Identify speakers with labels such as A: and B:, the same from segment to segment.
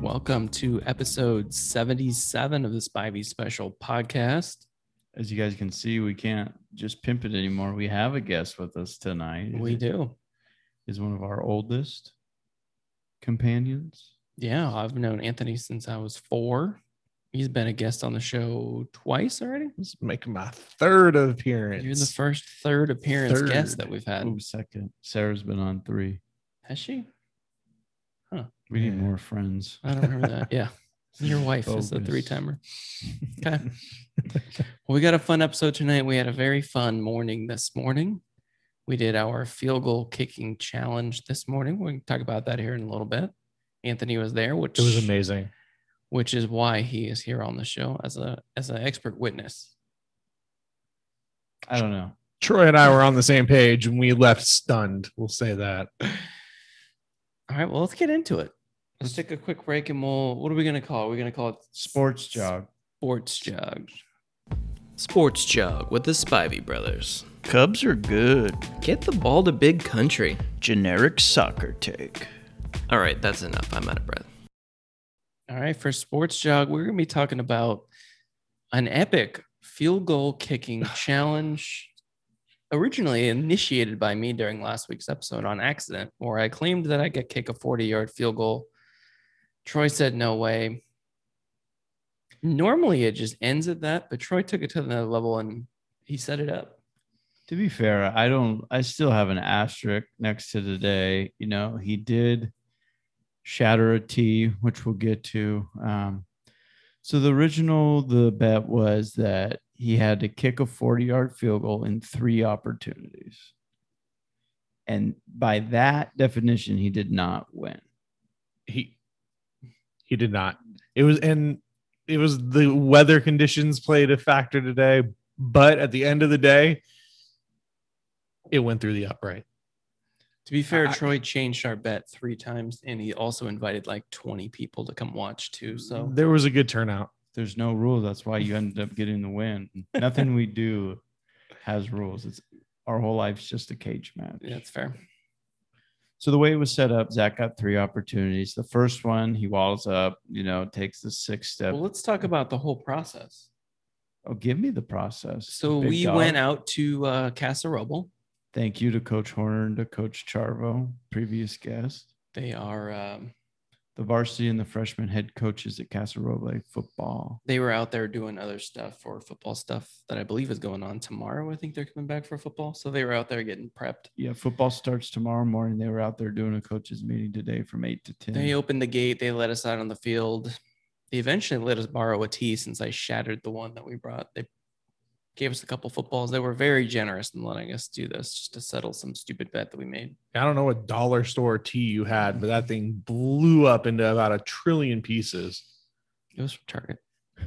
A: Welcome to episode 77 of the Spivey Special podcast.
B: As you guys can see, we can't just pimp it anymore. We have a guest with us tonight.
A: We do.
B: Is one of our oldest companions.
A: Yeah, I've known Anthony since I was four. He's been a guest on the show twice already.
C: This is making my third appearance.
A: You're the first third appearance
B: Third.
A: guest that we've had.
B: Ooh, second. Sarah's been on three.
A: Has she?
B: We need
C: Yeah.
B: more friends.
A: I don't remember that. Yeah. Your wife is a
B: Bogus.
A: three timer. Okay. Well, we got a fun episode tonight. We had a very fun morning this morning. We did our field goal kicking challenge this morning. We can talk about that here in a little bit. Anthony was there, which
C: It was amazing.
A: which is why he is here on the show as a as an expert witness.
B: I don't know.
C: Troy and I were on the same page and we left stunned. We'll say that.
A: All right, well, let's get into it. Let's take a quick break and we'll what are we gonna call it? We're gonna call it
B: Sports jog.
A: sports jug. Sports jug with the Spivey brothers.
D: Cubs are good.
A: Get the ball to big country.
D: Generic soccer take.
A: All right, that's enough. I'm out of breath. All right, for sports jog, we're going to be talking about an epic field goal kicking challenge originally initiated by me during last week's episode on accident where I claimed that I could kick a 40-yard field goal. Troy said no way. Normally it just ends at that, but Troy took it to another level and he set it up.
B: To be fair, I don't I still have an asterisk next to today. You know, he did shatter a T, which we'll get to. Um, so the original the bet was that he had to kick a 40-yard field goal in three opportunities. And by that definition, he did not win.
C: He he did not. It was and it was the weather conditions played a factor today, but at the end of the day, it went through the upright.
A: To be fair,
C: I-
A: Troy changed our bet three times, and he also invited like 20 people to come watch too. So
C: there was a good turnout.
B: There's no rule. That's why you ended up getting the win. Nothing we do has rules. It's our whole life's just a cage match.
A: yeah, that's fair.
B: So the way it was set up, Zach got three opportunities. The first one, he walls up, you know, takes the six step.
A: Well, let's talk about the whole process.
B: oh, give me the process.
A: So
B: big
A: we
B: dog.
A: went out to uh, Casa Roble.
B: Thank you to Coach Horner and to Coach Charvo, previous guest,
A: They are um,
B: the varsity and the freshman head coaches at Casa Roble football.
A: they were out there doing other stuff for football stuff that I believe is going on tomorrow. I think they're coming back for football, so they were out there getting prepped.
B: Yeah, football starts tomorrow morning. They were out there doing a coaches meeting today from eight to ten.
A: They opened the gate. They let us out on the field. They eventually let us borrow a tee since I shattered the one that we brought. They gave us a couple footballs. They were very generous in letting us do this just to settle some stupid bet that we made.
C: I don't know what dollar store tea you had, but that thing blew up into about a trillion pieces.
A: It was from Target.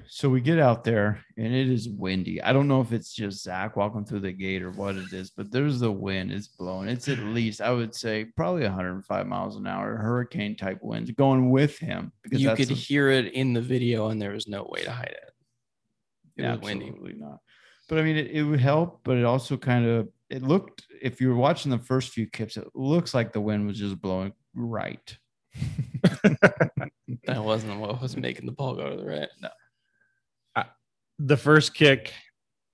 B: So we get out there and it is windy. I don't know if it's just Zach walking through the gate or what it is, but there's the wind. It's blowing. It's at least, I would say, probably 105 miles an hour, hurricane type winds going with him because
A: You
B: that's
A: could
B: the-
A: hear it in the video, and there was no way to hide it. It was windy.
B: absolutely not. But I mean, it, it would help, but it also kind of it looked if you were watching the first few clips, it looks like the wind was just blowing right.
A: That wasn't what was making the ball go to the right.
C: the first kick,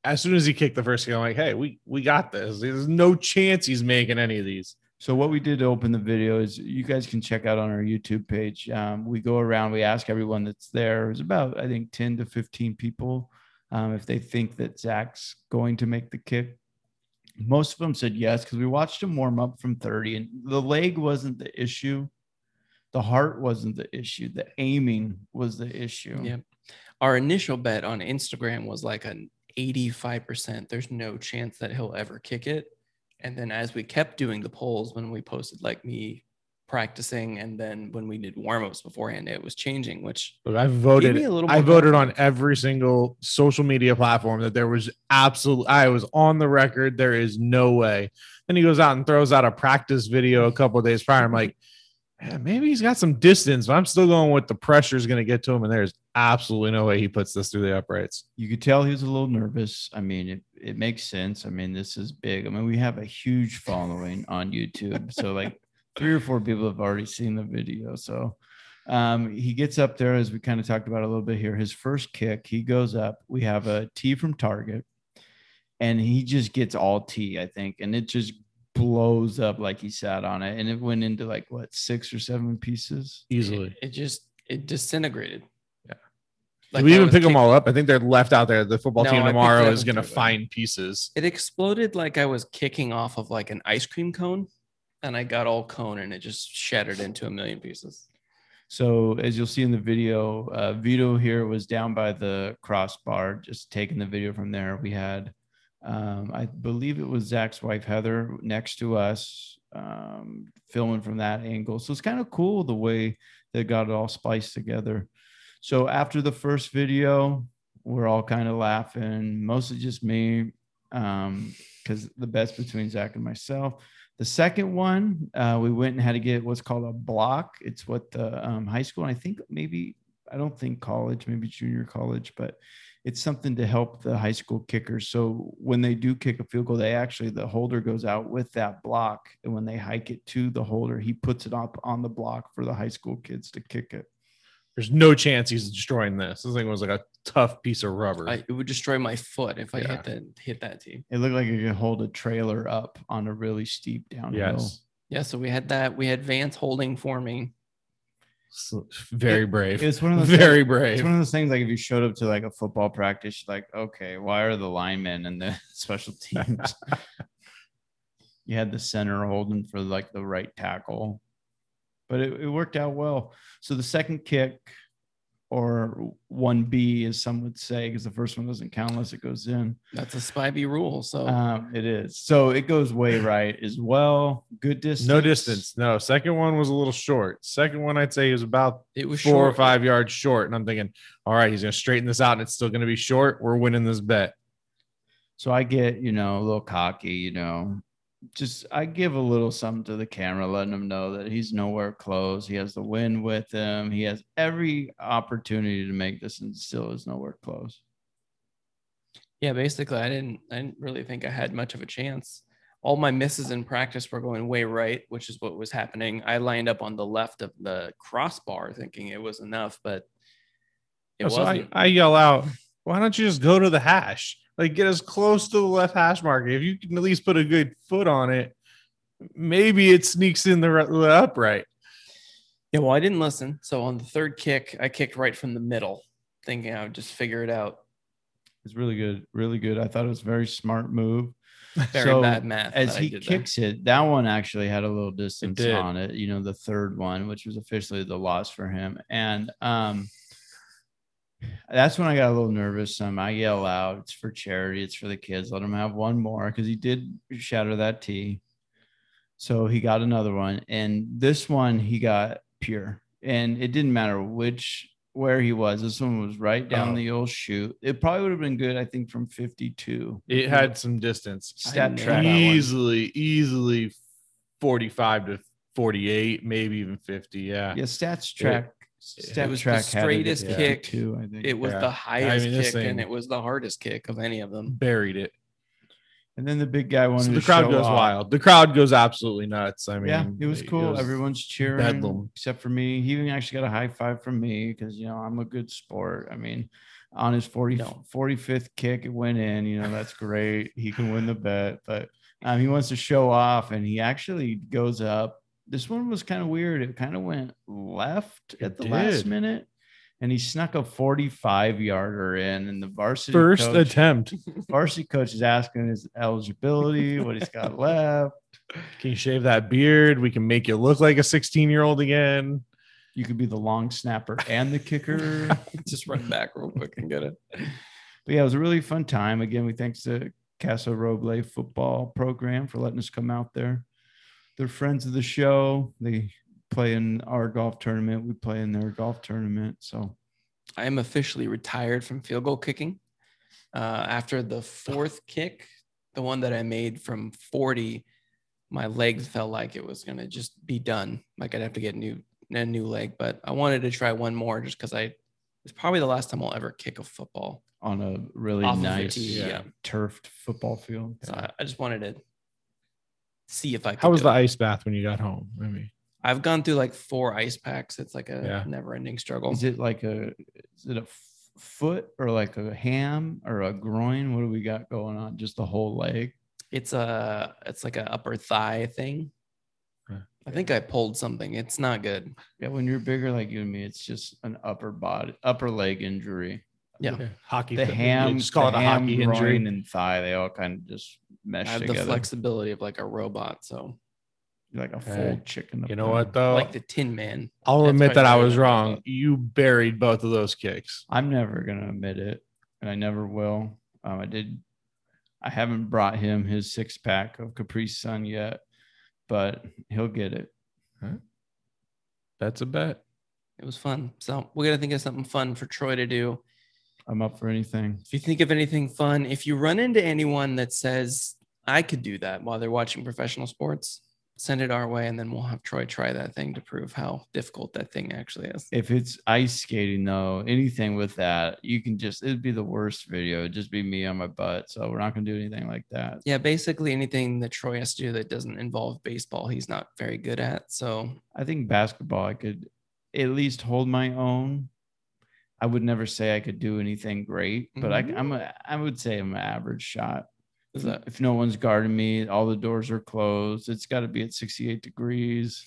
C: as soon as he kicked the first kick, I'm like, hey, we we got this. There's no chance he's making any of these.
B: So what we did to open the video is you guys can check out on our YouTube page. Um, we go around, we ask everyone that's there. It's about I think ten to fifteen people um, if they think that Zach's going to make the kick. Most of them said yes because we watched him warm up from thirty, and the leg wasn't the issue, the heart wasn't the issue, the aiming was the issue.
A: Yeah. Our initial bet on Instagram was like an 85%. There's no chance that he'll ever kick it. And then as we kept doing the polls, when we posted like me practicing, and then when we did warm-ups beforehand, it was changing, which
C: Look, I
A: Give me
C: voted.
A: a little
C: I
A: more
C: voted on every single social media platform that there was absolute. I was on the record. There is no way. Then he goes out and throws out a practice video a couple of days prior. I'm like, "Eh, maybe he's got some distance, but I'm still going with the pressure is going to get to him. And there's absolutely no way he puts this through the uprights.
B: you could tell he was a little nervous. I mean, it, it makes sense. I mean, this is big. I mean, we have a huge following on YouTube. So like three or four people have already seen the video. So Um, he gets up there, as we kind of talked about a little bit here. His first kick, he goes up. We have a tee from Target, and he just gets all tee, I think, and it just blows up like he sat on it, and it went into like what six or seven pieces.
C: easily.
A: It, it just it disintegrated.
C: Yeah.
A: Like
C: Did we
A: I
C: even
A: was
C: pick them
A: kick-
C: all up? I think they're left out there. The football
A: No, I
C: team
A: picked
C: tomorrow
A: that
C: is
A: one
C: going to
A: too, but-
C: find pieces.
A: It exploded like I was kicking off of like an ice cream cone, and I got all cone, and it just shattered into a million pieces.
B: So as you'll see in the video, uh, Vito here was down by the crossbar, just taking the video from there. We had, um, I believe it was Zach's wife Heather next to us, um, filming from that angle. So it's kind of cool the way they got it all spliced together. So after the first video, we're all kind of laughing, mostly just me, because the best between Zach and myself. The second one, uh, we went and had to get what's called a block. It's what the um, high school, and I think maybe, I don't think college, maybe junior college, but it's something to help the high school kickers. So when they do kick a field goal, they actually, the holder goes out with that block. And when they hike it to the holder, he puts it up on the block for the high school kids to kick it.
C: There's no chance he's destroying this. This thing was like a tough piece of rubber.
A: I, it would destroy my foot if I
C: Yeah.
A: hit that hit that tee.
B: It looked like it could hold a trailer up on a really steep downhill.
C: yes.
A: Yeah, so we had that. We had Vance holding for me.
C: So- Very brave.
B: It's one of those
C: Very
B: It's
C: brave.
B: one of those things like if you showed up to like a football practice, you're like, okay, why are the linemen and the special teams? you had the center holding for like the right tackle, but it, it worked out well. So the second kick, or 1B, as some would say, because the first one doesn't count unless it goes in.
A: That's a Spivey rule.
C: Oh.
A: So
C: Uh,
B: Um, it is. So it goes way right as well. Good distance.
C: No distance. No. Second one was a little short. Second one, I'd say, was about
A: it was
C: four or
A: short.
C: five yards short. And I'm thinking, all right, he's going to straighten this out and it's still going to be short. We're winning this bet.
B: So I get, you know, a little cocky, you know, just I give a little something to the camera, letting him know that he's nowhere close. He has the win with him. He has every opportunity to make this and still is nowhere close.
A: Yeah, basically, I didn't. I didn't really think I had much of a chance. All my misses in practice were going way right, which is what was happening. I lined up on the left of the crossbar, thinking it was enough, but it
C: Oh, so I,
A: wasn't.
C: I yell out, why don't you just go to the hash? Like get as close to the left hash mark. If you can at least put a good foot on it, maybe it sneaks in the, re- the upright.
A: yeah, well, I didn't listen. So on the third kick, I kicked right from the middle, thinking I would just figure it out.
B: It's really good, really good. I thought it was a very smart move.
A: Very
B: So,
A: bad math.
B: As
A: that I
B: he
A: did there.
B: kicks it, that one actually had a little distance
C: did.
B: on it, you know, the third one, which was officially the loss for him. And um that's when I got a little nervous. Um, I yell out, it's for charity, it's for the kids. Let him have one more because he did shatter that tee. So he got another one. And this one he got pure. And it didn't matter which where he was. This one was right down
C: Oh.
B: the old chute. It probably would have been good, I think, from 52.
C: It had some distance.
A: I
B: stat
A: nailed
B: track.
A: that one.
C: Easily, easily 45 to 48, maybe even 50. Yeah.
B: Yeah, stats track. stat
A: it was the
B: track had it at
A: straightest
C: kick.
B: 52, I think.
A: It was
C: Yeah.
A: the highest
C: mean, this
A: kick, and
C: thing-
A: it was the hardest kick of any of them.
C: Buried it.
B: and then the big guy wanted
C: So
B: to
C: the crowd
B: show
C: goes
B: off.
C: wild. The crowd goes absolutely nuts. I mean,
B: yeah, it was cool.
C: was-
B: Everyone's cheering
C: bedlam.
B: except for me. He even actually got a high five from me because you know I'm a good sport. I mean, on his 40,
A: No.
B: 45th kick, it went in. You know that's great. He can win the bet, but um, he wants to show off, and he actually goes up. This one was kind of weird. It kind of went left
C: It
B: at the last
C: did.
B: minute, and he snuck a 45 yarder in. And the varsity
C: First
B: coach-
C: attempt.
B: varsity coach is asking his eligibility, what he's got left.
C: Can you shave that beard? We can make you look like a 16 year old again.
B: You could be the long snapper and the kicker.
A: just run back real quick and get it.
B: But yeah, it was a really fun time. Again, we thanks to Casa Roble Football Program for letting us come out there. They're friends of the show. They play in our golf tournament. We play in their golf tournament. So
A: I am officially retired from field goal kicking. Uh, after the fourth kick, the one that I made from 40, my leg felt like it was gonna just be done. Like I'd have to get new a new leg, but I wanted to try one more just because I it's probably the last time I'll ever kick a football.
B: on a really
A: Off of the
B: nice
A: tee, yeah.
B: turfed football field.
A: So I, I just wanted to see if I could
C: How was
A: do
C: the
A: it.
C: ice bath when you got home? I mean,
A: I've gone through like four ice packs. It's like a
C: Yeah.
A: never-ending struggle.
B: Is it like a is it a f- foot or like a ham or a groin? What do we got going on? Just the whole leg.
A: it's a it's like a upper thigh thing.
C: Huh.
A: I think I pulled something. It's not good.
B: Yeah, when you're bigger like you and me, it's just an upper body, upper leg injury.
A: Yeah.
C: Hockey.
B: The
C: fit-
B: ham,
C: you Just call it
B: the
C: a
B: ham,
C: hockey
B: groin,
C: injury.
B: and thigh. They all kind of just
A: I
B: mesh
A: have
B: together.
A: the flexibility of like a robot, so
B: You're like a full
C: Hey,
B: chicken.
C: You know what though?
A: like the Tin Man.
C: I'll
A: That's
C: admit
A: probably
C: that I
A: better
C: was
A: than I
C: wrong.
A: thought.
C: You buried both of those kicks.
B: I'm never gonna admit it, and I never will. Um, I did. I haven't brought him his six pack of Capri Sun yet, but he'll get it.
C: That's a bet.
A: It was fun. So we gotta think of something fun for Troy to do.
B: I'm up for anything.
A: If you think of anything fun, if you run into anyone that says I could do that while they're watching professional sports, send it our way, and then we'll have Troy try that thing to prove how difficult that thing actually is.
B: If it's ice skating though, anything with that, you can just it'd be the worst video. It'd just be me on my butt. So we're not gonna do anything like that.
A: Yeah, basically anything that Troy has to do that doesn't involve baseball, he's not very good at. So
B: I think basketball, I could at least hold my own. I would never say I could do anything great, but
A: Mhm.
C: Mm-hmm.
B: I, I'm a, I would say I'm an average shot.
A: is that
B: if no one's guarding me, all the doors are closed. It's got to be at 68 degrees.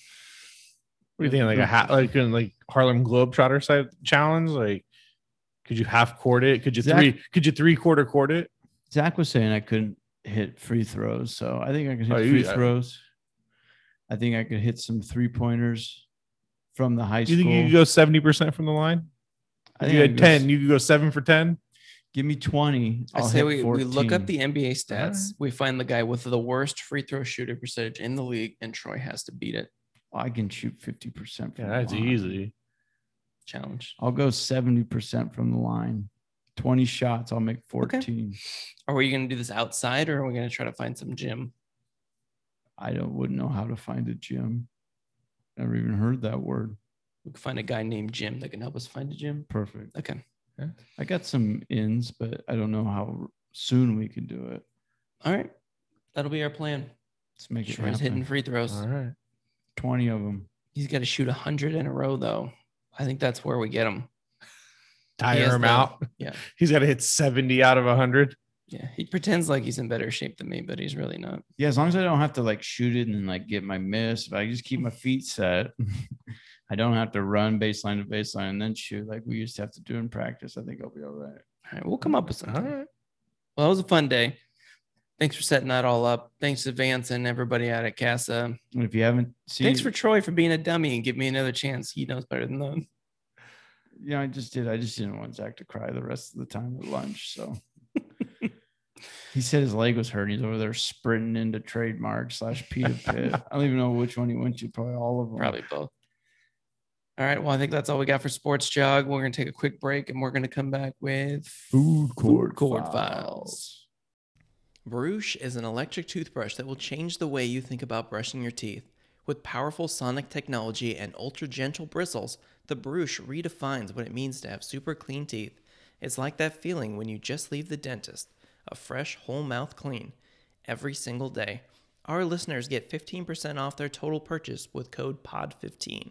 C: What do you think? Like a
B: Mm-hmm.
C: hat, like in like Harlem Globetrotter side challenge? Like, could you half court it? Could you
B: Zach-
C: three? Could you three quarter court it?
B: Zach was saying I couldn't hit free throws, so I think I can hit
C: Oh, you-
B: free
C: uh,
B: throws. I think I could hit some three pointers from the high
C: Do you
B: school.
C: think you could go seventy percent from the line?
B: I
C: If
B: think
C: you
B: I
C: had
B: could go s-
C: ten, you could go seven for ten.
B: give me 20.
A: I
B: I'll
A: say
B: hit
A: we, we look up
B: 14.
A: the NBA stats.
C: Alright.
A: We find the guy with the worst free throw shooter percentage in the league, and Troy has to beat it.
B: I can shoot 50%. From
C: Yeah,
B: the
C: that's
B: line.
C: easy.
A: Challenge.
B: I'll go 70% from the line. 20 shots, I'll make 14.
A: Are we going to do this outside, or are we going to try to find some gym?
B: I don't wouldn't know how to find a gym. Never even heard that word.
A: We can find a guy named Jim that can help us find a gym.
B: Perfect.
A: Okay.
B: I got some ins, but I don't know how soon we can do it.
A: All right. That'll be our plan.
B: Let's make it
A: Troy's
B: happen.
A: hitting free throws.
C: All right.
B: 20 of them.
A: He's got to shoot 100 in a row, though. I think that's where we get him. He
C: Tire
A: has
C: him
A: the-
C: out.
A: Yeah.
C: He's got to hit seventy out of hundred.
A: Yeah. He pretends like he's in better shape than me, but he's really not.
B: Yeah, as long as I don't have to like shoot it and then like get my miss, if I just keep my feet set, I don't have to run baseline to baseline and then shoot like we used to have to do in practice. I think I'll be all right.
A: All right. We'll come up with something.
C: All right.
A: Well, that was a fun day. Thanks for setting that all up. Thanks to Vance and everybody out at Casa.
B: And if you haven't seen,
A: Thanks for Troy for being a dummy and giving me another chance. He knows better than them.
B: you know, I just did. I just didn't want Zach to cry the rest of the time at lunch. So he said his leg was hurting. He's over there sprinting into trademark slash Peter Pitt. I don't even know which one he went to. Probably all of them.
A: Probably both. All right. Well, I think that's all we got for Sports Jog. We're going to take a quick break and we're going to come back with
B: Food court
A: court
B: files.
E: Barouche is an electric toothbrush that will change the way you think about brushing your teeth. With powerful sonic technology and ultra gentle bristles, the Barouche redefines what it means to have super clean teeth. It's like that feeling when you just leave the dentist a fresh, whole mouth clean every single day. Our listeners get 15% off their total purchase with code POD15.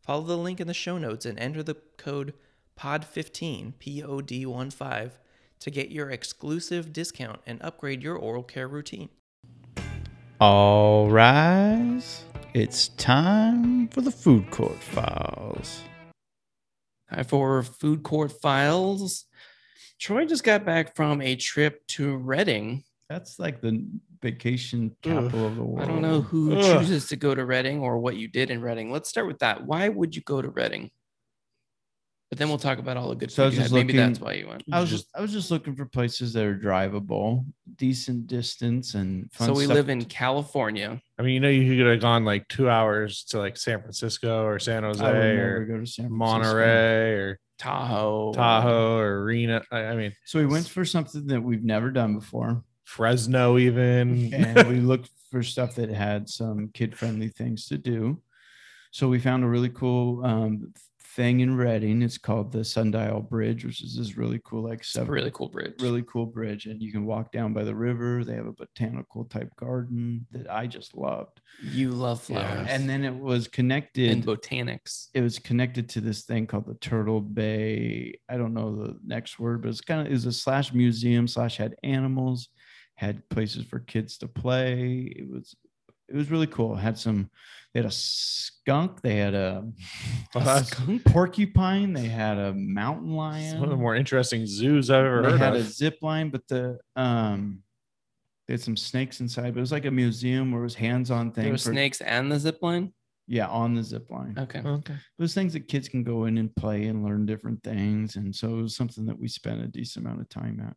E: Follow the link in the show notes and enter the code POD15, P O D 1 5, to get your exclusive discount and upgrade your oral care routine.
D: All rise. It's time for the food court files.
A: All right, for Food Court Files. Troy just got back from a trip to Reading.
B: That's like the vacation capital of the world.
A: I don't know who
C: Ugh.
A: chooses to go to Reading or what you did in Reading. Let's start with that. Why would you go to Reading? But then we'll talk about all the good
B: So I
A: stuff.
B: was just
A: Maybe
B: looking-
A: that's why you went.
B: I was just I was just looking for places that are drivable, decent distance, and fun
A: So we
B: stuff
A: live in California.
C: I mean, you know, you could have gone like two hours to like San Francisco or San Jose
B: I would never
C: or
B: go to San Francisco.
C: Monterey or
A: Tahoe.
C: Tahoe or Reno. I, I mean,
B: So we went for something that we've never done before,
C: Fresno, even.
B: and we looked for stuff that had some kid-friendly things to do. So we found a really cool um, thing in Reading. It's called the Sundial Bridge, which is this really cool, like
A: It's a really cool bridge.
B: really cool bridge and you can walk down by the river they have a botanical type garden that i just loved
A: you love flowers
B: and then it was connected
A: in botanics.
B: it was connected to this thing called the turtle bay i don't know the next word but it's kind of is a slash museum slash had animals had places for kids to play it was it was really cool had some they had a skunk they had a,
A: A
B: a
A: skunk?
B: porcupine they had a mountain
C: It's
B: lion
C: one of the more interesting zoos I've ever
B: they
C: heard
B: had
C: of.
B: a zip line, but the um, they had some snakes inside. But it was like a museum where it was hands-on thing.
A: There were
B: for-
A: snakes and the zip line.
B: Yeah, on the zip line.
A: Okay.
C: okay.
B: It was things that kids can go in and play and learn different things, and so it was something that we spent a decent amount of time at.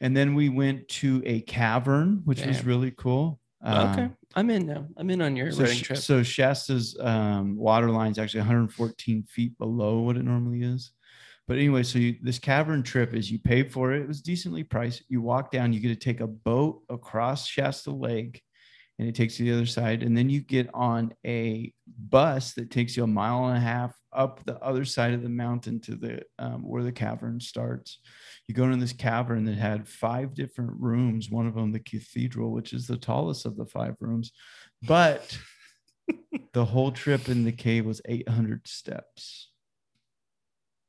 B: And then we went to a cavern, which was
A: Damn.
B: really cool.
A: okay.
B: Um,
A: I'm in now. I'm in on your
B: so,
A: writing
B: Sh-
A: trip.
B: so Shasta's um, water line is actually 114 feet below what it normally is. But anyway, so you, this cavern trip is you pay for it. It was decently priced. You walk down, you get to take a boat across Shasta Lake and it takes you to the other side. And then you get on a bus that takes you a mile and a half up the other side of the mountain to the um, where the cavern starts. You go into this cavern that had five different rooms, one of them the cathedral, which is the tallest of the five rooms. But the whole trip in the cave was 800 steps,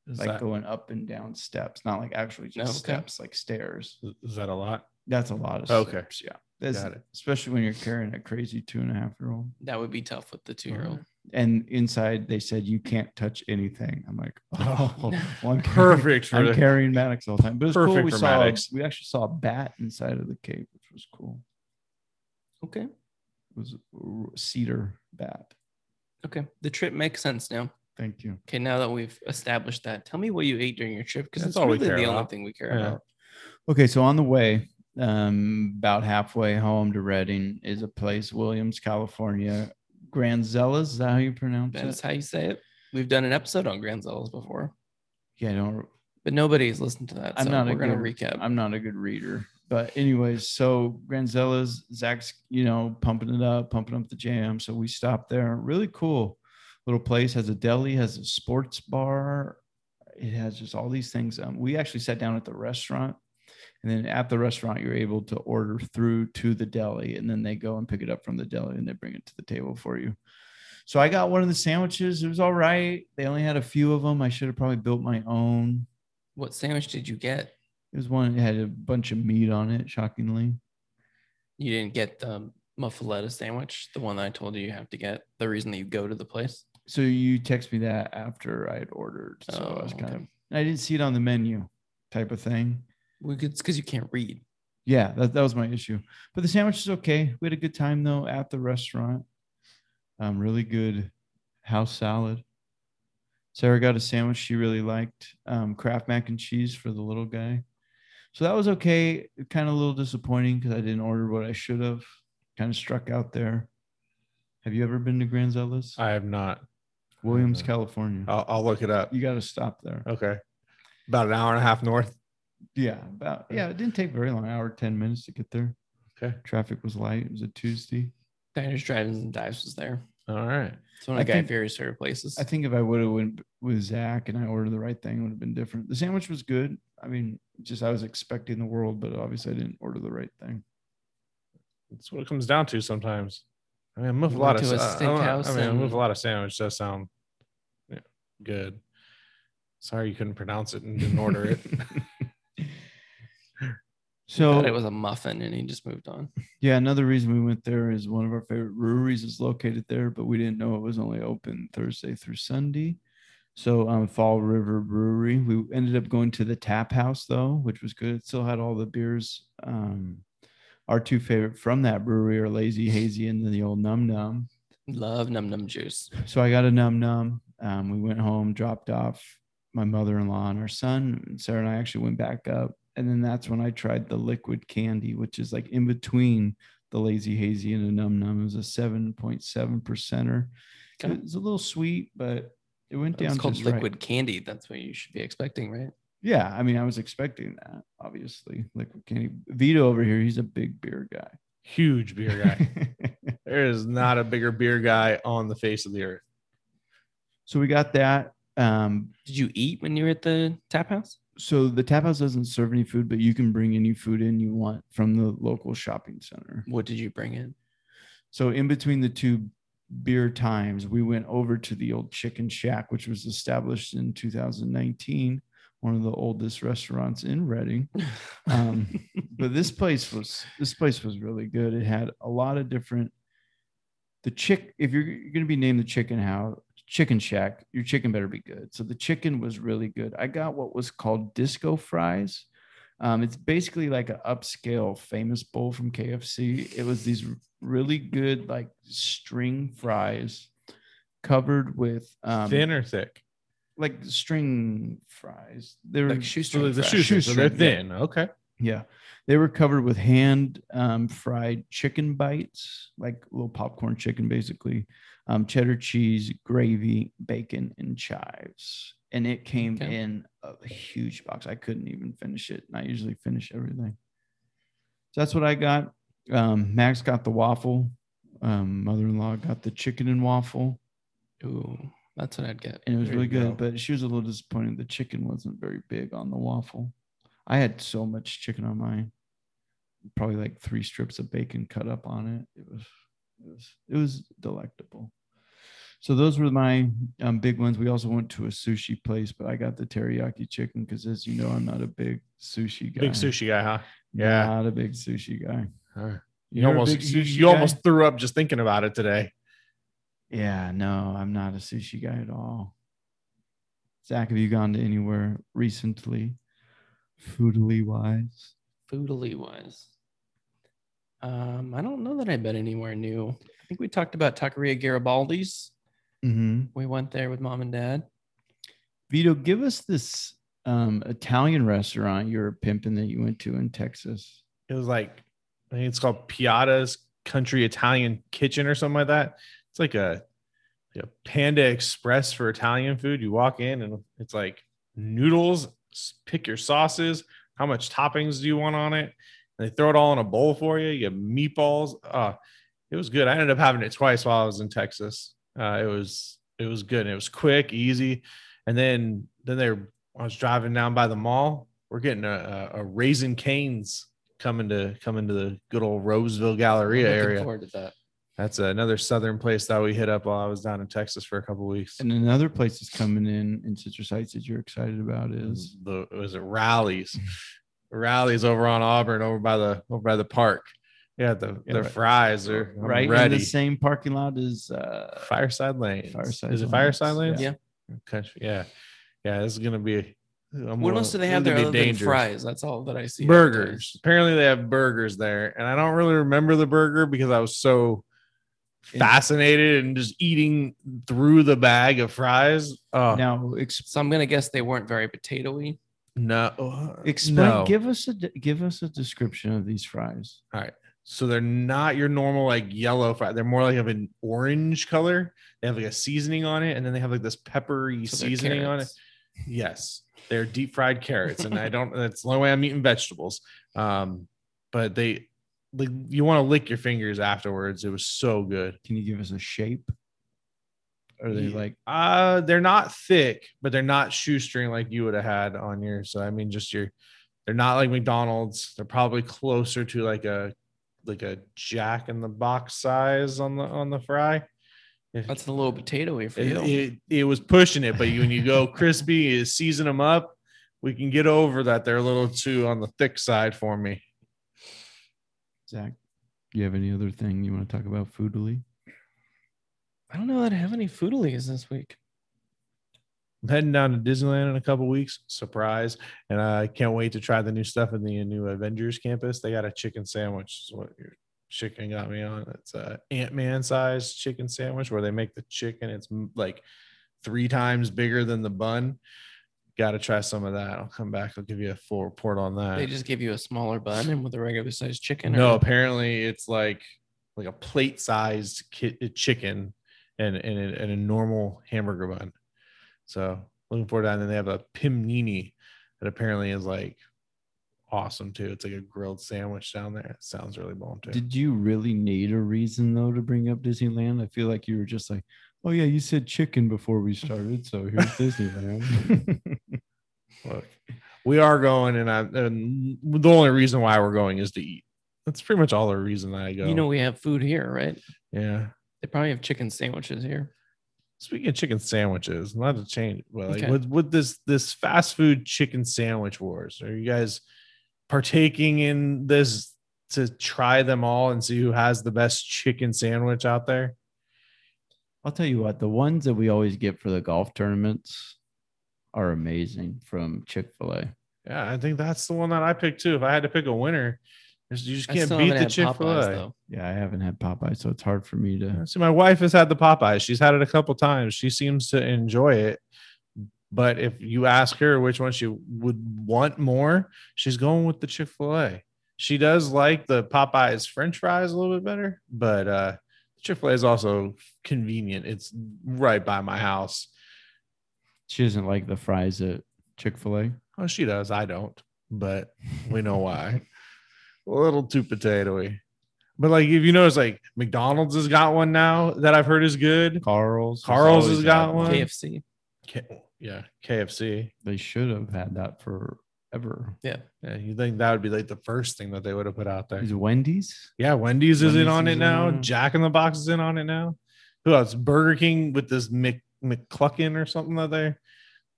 C: Is,
B: like
C: that,
B: going up and down steps, not like actually just
A: Okay.
B: steps, like stairs.
C: is that a lot?
B: That's a lot of
C: Okay.
B: steps. Yeah. That's,
C: Got it.
B: Especially when you're carrying a crazy two and a half year old.
A: that would be tough with the two year old.
B: And inside they said, you can't touch anything. I'm like, oh, well, I'm carrying-
C: Perfect. for
B: I'm
C: the-
B: carrying Maddox all the time. But it's cool.
C: Perfect
B: We,
C: for
B: saw,
C: Maddox.
B: we actually saw a bat inside of the cave, which was cool.
A: Okay.
B: It was a cedar bat.
A: Okay. The trip makes sense now.
B: Thank you.
A: Okay. Now that we've established that, tell me what you ate during your trip because
C: That's
A: that's
C: all we
A: really
C: care
A: the only
C: about.
A: thing we care
C: Yeah.
A: about.
B: Okay, so on the way, um, about halfway home to Reading is a place, Williams, California. Granzella's, is that how you pronounce
A: That's
B: it?
A: how you say it. We've done an episode on Granzellas before,
B: Yeah, I don't.
A: but nobody's listened to that. So
B: I'm not a
A: we're gonna
B: good-
A: recap.
B: I'm not a good reader, but anyways, so Granzella's, Zach's, you know, pumping it up, pumping up the jam. So we stopped there. Really cool little place. Has a deli, has a sports bar. It has just all these things. Um, we actually sat down at the restaurant, and then at the restaurant, you're able to order through to the deli, and then they go and pick it up from the deli and they bring it to the table for you. So I got one of the sandwiches. It was all right. They only had a few of them. I should have probably built my own.
A: what sandwich did you get?
B: It was one that had a bunch of meat on it, shockingly.
A: You didn't get the muffaletta sandwich, the one that I told you you have to get. The reason that you go to the place.
B: So you text me that after I had ordered. So I was
A: Oh,
B: kind
A: okay.
B: of and I didn't see it on the menu type of thing.
A: We could, it's because you can't read.
B: Yeah, that, that was my issue. But the sandwich is okay. We had a good time though at the restaurant. Um, really good house salad. Sarah got a sandwich she really liked. Um, Kraft mac and cheese for the little guy. So that was okay. Kind of a little disappointing because I didn't order what I should have. Kind of struck out there. Have you ever been to Granzella's?
C: I have not.
B: Williams,
C: Mhm.
B: California.
C: I'll, I'll look it up.
B: You got to stop there.
C: Okay. About an hour and a half north.
B: Yeah, about yeah. It didn't take very long, hour ten minutes to get there.
C: Okay.
B: Traffic was light. It was a Tuesday.
A: Diners, Drive-ins, and Dives was there.
C: All right.
A: It's one of
B: I
A: Guy
B: think-
A: Fieri's favorite places.
B: I think if I would have went with Zach and I ordered the right thing, it would have been different. The sandwich was good. I mean, just I was expecting the world, but obviously I didn't order the right thing.
C: That's what it comes down to sometimes. I mean, I move a
A: You
C: lot
A: went
C: of.
A: to a
C: sa- I, don't know.
A: steakhouse
C: I mean, I move
A: and-
C: a lot of sandwich. Does sound yeah, good. Sorry, you couldn't pronounce it and didn't order it.
B: So
A: Thought it was a muffin, and he just moved on.
B: yeah, another reason we went there is one of our favorite breweries is located there, but we didn't know it was only open Thursday through Sunday. So um, Fall River Brewery. We ended up going to the tap house though, which was good. It still had all the beers. Um, our two favorite from that brewery are Lazy Hazy and then the old Num Num.
A: Love num num juice.
B: So I got a num num. Um, we went home, dropped off my mother in law and our son. And Sarah and I actually went back up. And then that's when I tried the liquid candy, which is like in between the lazy hazy and a num num. It was a 7.7 percenter.
A: Okay.
B: It was a little sweet, but it went down.
A: It's called
B: just right.
A: liquid candy. That's what you should be expecting, right?
B: Yeah. I mean, I was expecting that, obviously. Liquid candy. Vito over here, he's a big beer guy.
C: Huge beer guy. There is not a bigger beer guy on the face of the earth.
B: So we got that. Um,
A: Did you eat when you were at the tap house?
B: so the tap house doesn't serve any food, but you can bring any food in you want from the local shopping center.
A: What did you bring in?
B: So in between the two beer times, we went over to the old Chicken Shack, which was established in 2019, one of the oldest restaurants in Reading. Um, but this place was this place was really good. It had a lot of different. The chick, if you're going to be named the chicken house, chicken shack, your chicken better be good. So the chicken was really good. I got what was called disco fries. Um, it's basically like an upscale famous bowl from KFC. It was these really good like string fries covered with um,
C: thin or thick?
B: like string fries. They were
A: Like shoestring
C: So the
A: fries.
C: shoes, so they're
B: Shoestring, yeah.
C: thin. Okay.
B: yeah, they were covered with hand um, fried chicken bites, like little popcorn chicken, basically, um, cheddar cheese, gravy, bacon, and chives. And it came
A: Okay.
B: in a huge box. I couldn't even finish it. And I usually finish everything. So that's what I got. Um, Max got the waffle. Um, Mother in law got the chicken and waffle.
A: Ooh, that's what I'd get.
B: And it was
C: There
B: really
C: you
B: good,
C: go.
B: but she was a little disappointed. The chicken wasn't very big on the waffle. I had so much chicken on mine, probably like three strips of bacon cut up on it. It was, it was, it was delectable. So those were my um, big ones. We also went to a sushi place, but I got the teriyaki chicken because, as you know, I'm not a big sushi guy.
C: Big sushi guy, huh? Yeah.
B: not a big sushi guy.
C: Alright. You,
B: You're a
C: almost
B: big
C: you,
B: sushi
C: you
B: guy?
C: almost threw up just thinking about it today.
B: Yeah, no, I'm not a sushi guy at all. Zach, have you gone to anywhere recently, foodily wise?
A: Foodily wise. Um, I don't know that I've been anywhere new. I think we talked about Taqueria Garibaldi's.
B: Mm-hmm.
A: We went there with mom and dad.
B: Vito, give us this um, Italian restaurant you were pimping that you went to in Texas.
C: It was like I think it's called Piatta's Country Italian Kitchen or something like that. It's like a, like a Panda Express for Italian food. You walk in and it's like noodles. s- Pick your sauces. How much toppings do you want on it? And they throw it all in a bowl for you. You have meatballs. Uh, it was good. I ended up having it twice while I was in Texas. Uh, it was it was good. It was quick, easy. And then then they were, I was driving down by the mall. We're getting a, a, a raisin canes coming to coming to the good old Roseville Galleria
A: Looking
C: area.
A: forward to that.
C: That's another southern place that we hit up while I was down in Texas for a couple weeks.
B: And another place that's coming in in Citrus Heights that you're excited about is
C: Mm-hmm. the was it rallies, rallies over on Auburn, over by the over by the park. Yeah, the
B: Yeah,
C: the
B: right.
C: fries are I'm
B: right
C: ready.
B: in the same parking lot as uh,
C: Fireside Lanes.
B: Fireside
C: is it
B: Lanes,
C: Fireside Lanes?
A: yeah.
C: Country. Yeah, yeah. This is gonna be. I'm
A: what
C: gonna-
A: else do they
C: this
A: have
C: is gonna
A: there
C: be
A: other
C: dangerous.
A: than fries? That's all that I see.
C: burgers. Apparently, they have burgers there, and I don't really remember the burger because I was so fascinated and just eating through the bag of fries. Oh
B: now. Exp-
A: So I'm gonna guess they weren't very potatoy.
C: no!
B: explain.
C: No.
B: Give us a de- give us a description of these fries.
C: So they're not your normal like yellow fry. They're more like of an orange color. They have like a seasoning on it, and then they have like this peppery seasoning on it. Yes, they're deep fried carrots, and I don't. That's the only way I'm eating vegetables. Um, but they, like, you want to lick your fingers afterwards. It was so good.
B: Can you give us a shape? Are they
C: Yeah.
B: like
C: Uh, they're not thick, but they're not shoestring like you would have had on yours. So I mean, just your, they're not like McDonald's. They're probably closer to like a, like a Jack in the Box size on the on the fry. If-
A: That's a little potatoy for
C: it,
A: you.
C: it, it was pushing it, but you, when you go crispy, you season them up. We can get over that. They're a little too on the thick side for me.
B: Zach? Do you have any other thing you want to talk about foodily?
A: I don't know that I have any foodlies this week.
C: I'm heading down to Disneyland in a couple weeks. Surprise! And I can't wait to try the new stuff in the new Avengers campus. They got a chicken sandwich. Is what your chicken got me on. It's a Ant Man size chicken sandwich where they make the chicken. It's m- like three times bigger than the bun. Got to try some of that. I'll come back. I'll give you a full report on that.
A: They just give you a smaller bun and with a regular sized chicken. or-
C: Uh, No, apparently it's like like a plate sized ki- chicken and and a, and a normal hamburger bun. So looking forward to that. And then they have a pimnini that apparently is like awesome too. It's like a grilled sandwich down there. It sounds really bomb too.
B: Did you really need a reason though to bring up Disneyland? I feel like you were just like, Oh yeah, you said chicken before we started, so here's Disneyland.
C: Look, we are going, and I and the only reason why we're going is to eat. That's pretty much all the reason I go.
A: You know, we have food here, right?
C: yeah.
A: They probably have chicken sandwiches here.
C: Speaking of chicken sandwiches, not to change, but like
A: Okay.
C: with with this this fast food chicken sandwich wars, are you guys partaking in this to try them all and see who has the best chicken sandwich out there?
B: I'll tell you what, the ones that we always get for the golf tournaments are amazing from Chick Fil A.
C: Yeah, I think that's the one that I picked too. If I had to pick a winner, there's- you just
A: I
C: can't
A: still
C: beat
A: haven't
C: the
A: had
C: Chick Fil
A: Popeyes,
C: A.
A: though.
B: Yeah, I haven't had Popeye, so it's hard for me to.
C: See, my wife has had the Popeyes. She's had it a couple times. She seems to enjoy it. But if you ask her which one she would want more, she's going with the Chick fil A. She does like the Popeyes French fries a little bit better, but uh, Chick fil A is also convenient. It's right by my house.
B: She doesn't like the fries at Chick Fil A.
C: Oh, she does. I don't, but we know why. a little too potatoy. But like, if you notice, like McDonald's has got one now that I've heard is good.
B: Carl's. has
C: Carl's has
B: always
C: got
B: had
C: one.
A: KFC.
C: K- yeah, KFC.
B: They should have had that forever.
C: Yeah, you think that would be like the first thing that they would have put out there?
B: Is Wendy's?
C: Yeah, Wendy's, is in
B: Wendy's
C: on
B: is
C: it
B: in
C: now.
B: on it.
C: Jack in the Box is in on it now. Who else? Burger King with this Mc, McCluckin or something that they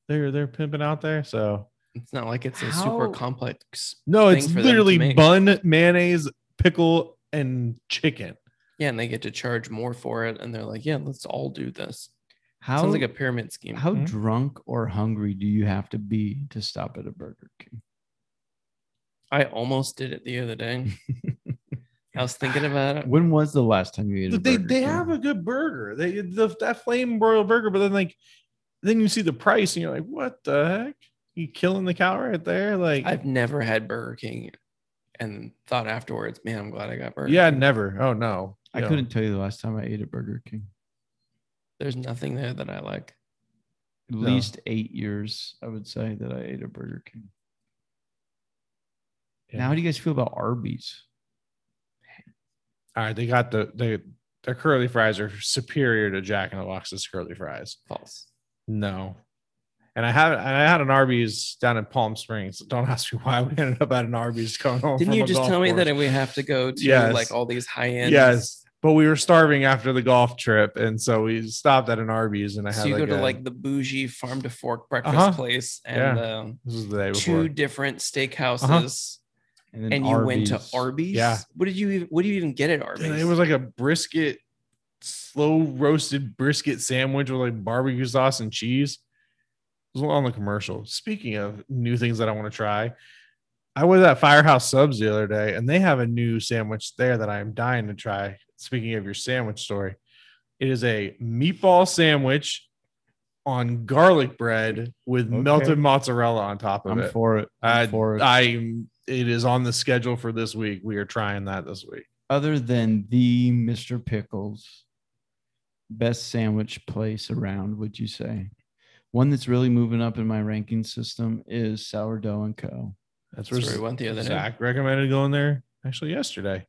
C: they're they're pimping out there. So
A: It's not like it's a super
C: How-
A: complex.
C: no,
A: Thing
C: it's
A: for them to
C: literally
A: make.
C: bun, mayonnaise, pickle, and chicken.
A: Yeah, and they get to charge more for it, and they're like, "Yeah, let's all do this."
B: How
A: Sounds like a pyramid scheme.
B: how
C: Mhm.
B: drunk or hungry do you have to be to stop at a Burger King?
A: I almost did it the other day. I was thinking about it.
B: When was the last time you ate? a
C: they
B: Burger
C: they
B: King?
C: have a good burger. They the, that flame broiled burger, but then like then you see the price and you're like, what the heck? You killing the cow right there? Like
A: I've never had Burger King, and thought afterwards, "Man, I'm glad I got Burger."
C: yeah,
A: King."
C: never. Oh no,
B: I
C: No.
B: couldn't tell you the last time I ate at Burger King.
A: there's nothing there that I like.
B: At
C: No.
B: least eight years, I would say that I ate at Burger King. Now,
C: Yeah.
B: how do you guys feel about Arby's?
C: All right, they got the they their curly fries are superior to Jack in the Box's curly fries.
A: False.
C: No. And I had and I had an Arby's down in Palm Springs. Don't ask me why we ended up at an Arby's going home.
A: Didn't
C: from
A: you
C: a
A: just
C: golf
A: tell me
C: course.
A: that we have to go to
C: Yes.
A: like all these high end?
C: Yes, but we were starving after the golf trip, and so we stopped at an Arby's. And I had
A: So you
C: like
A: go to
C: a-
A: like the bougie farm to fork breakfast
C: Uh-huh.
A: place
C: Yeah.
A: and um
C: this was the day before.
A: two different steakhouses,
B: then
A: and you went to Arby's.
C: Yeah.
A: What did you even? What do you even get at Arby's?
C: And it was like a brisket, slow roasted brisket sandwich with like barbecue sauce and cheese. It was on the commercial. Speaking of new things that I want to try, I was at Firehouse Subs the other day, and they have a new sandwich there that I am dying to try. Speaking of your sandwich story, it is a meatball sandwich on garlic bread with
B: Okay.
C: melted mozzarella on top of
B: I'm
C: it.
B: for it. I'm
C: I-
B: for it.
C: I'm. It is on the schedule for this week. We are trying that this week.
B: Other than the Mr. Pickles, best sandwich place around, would you say? One that's really moving up in my ranking system is Sourdough and Co.
C: That's
A: That's where we went the other day.
C: Zach recommended going there actually yesterday.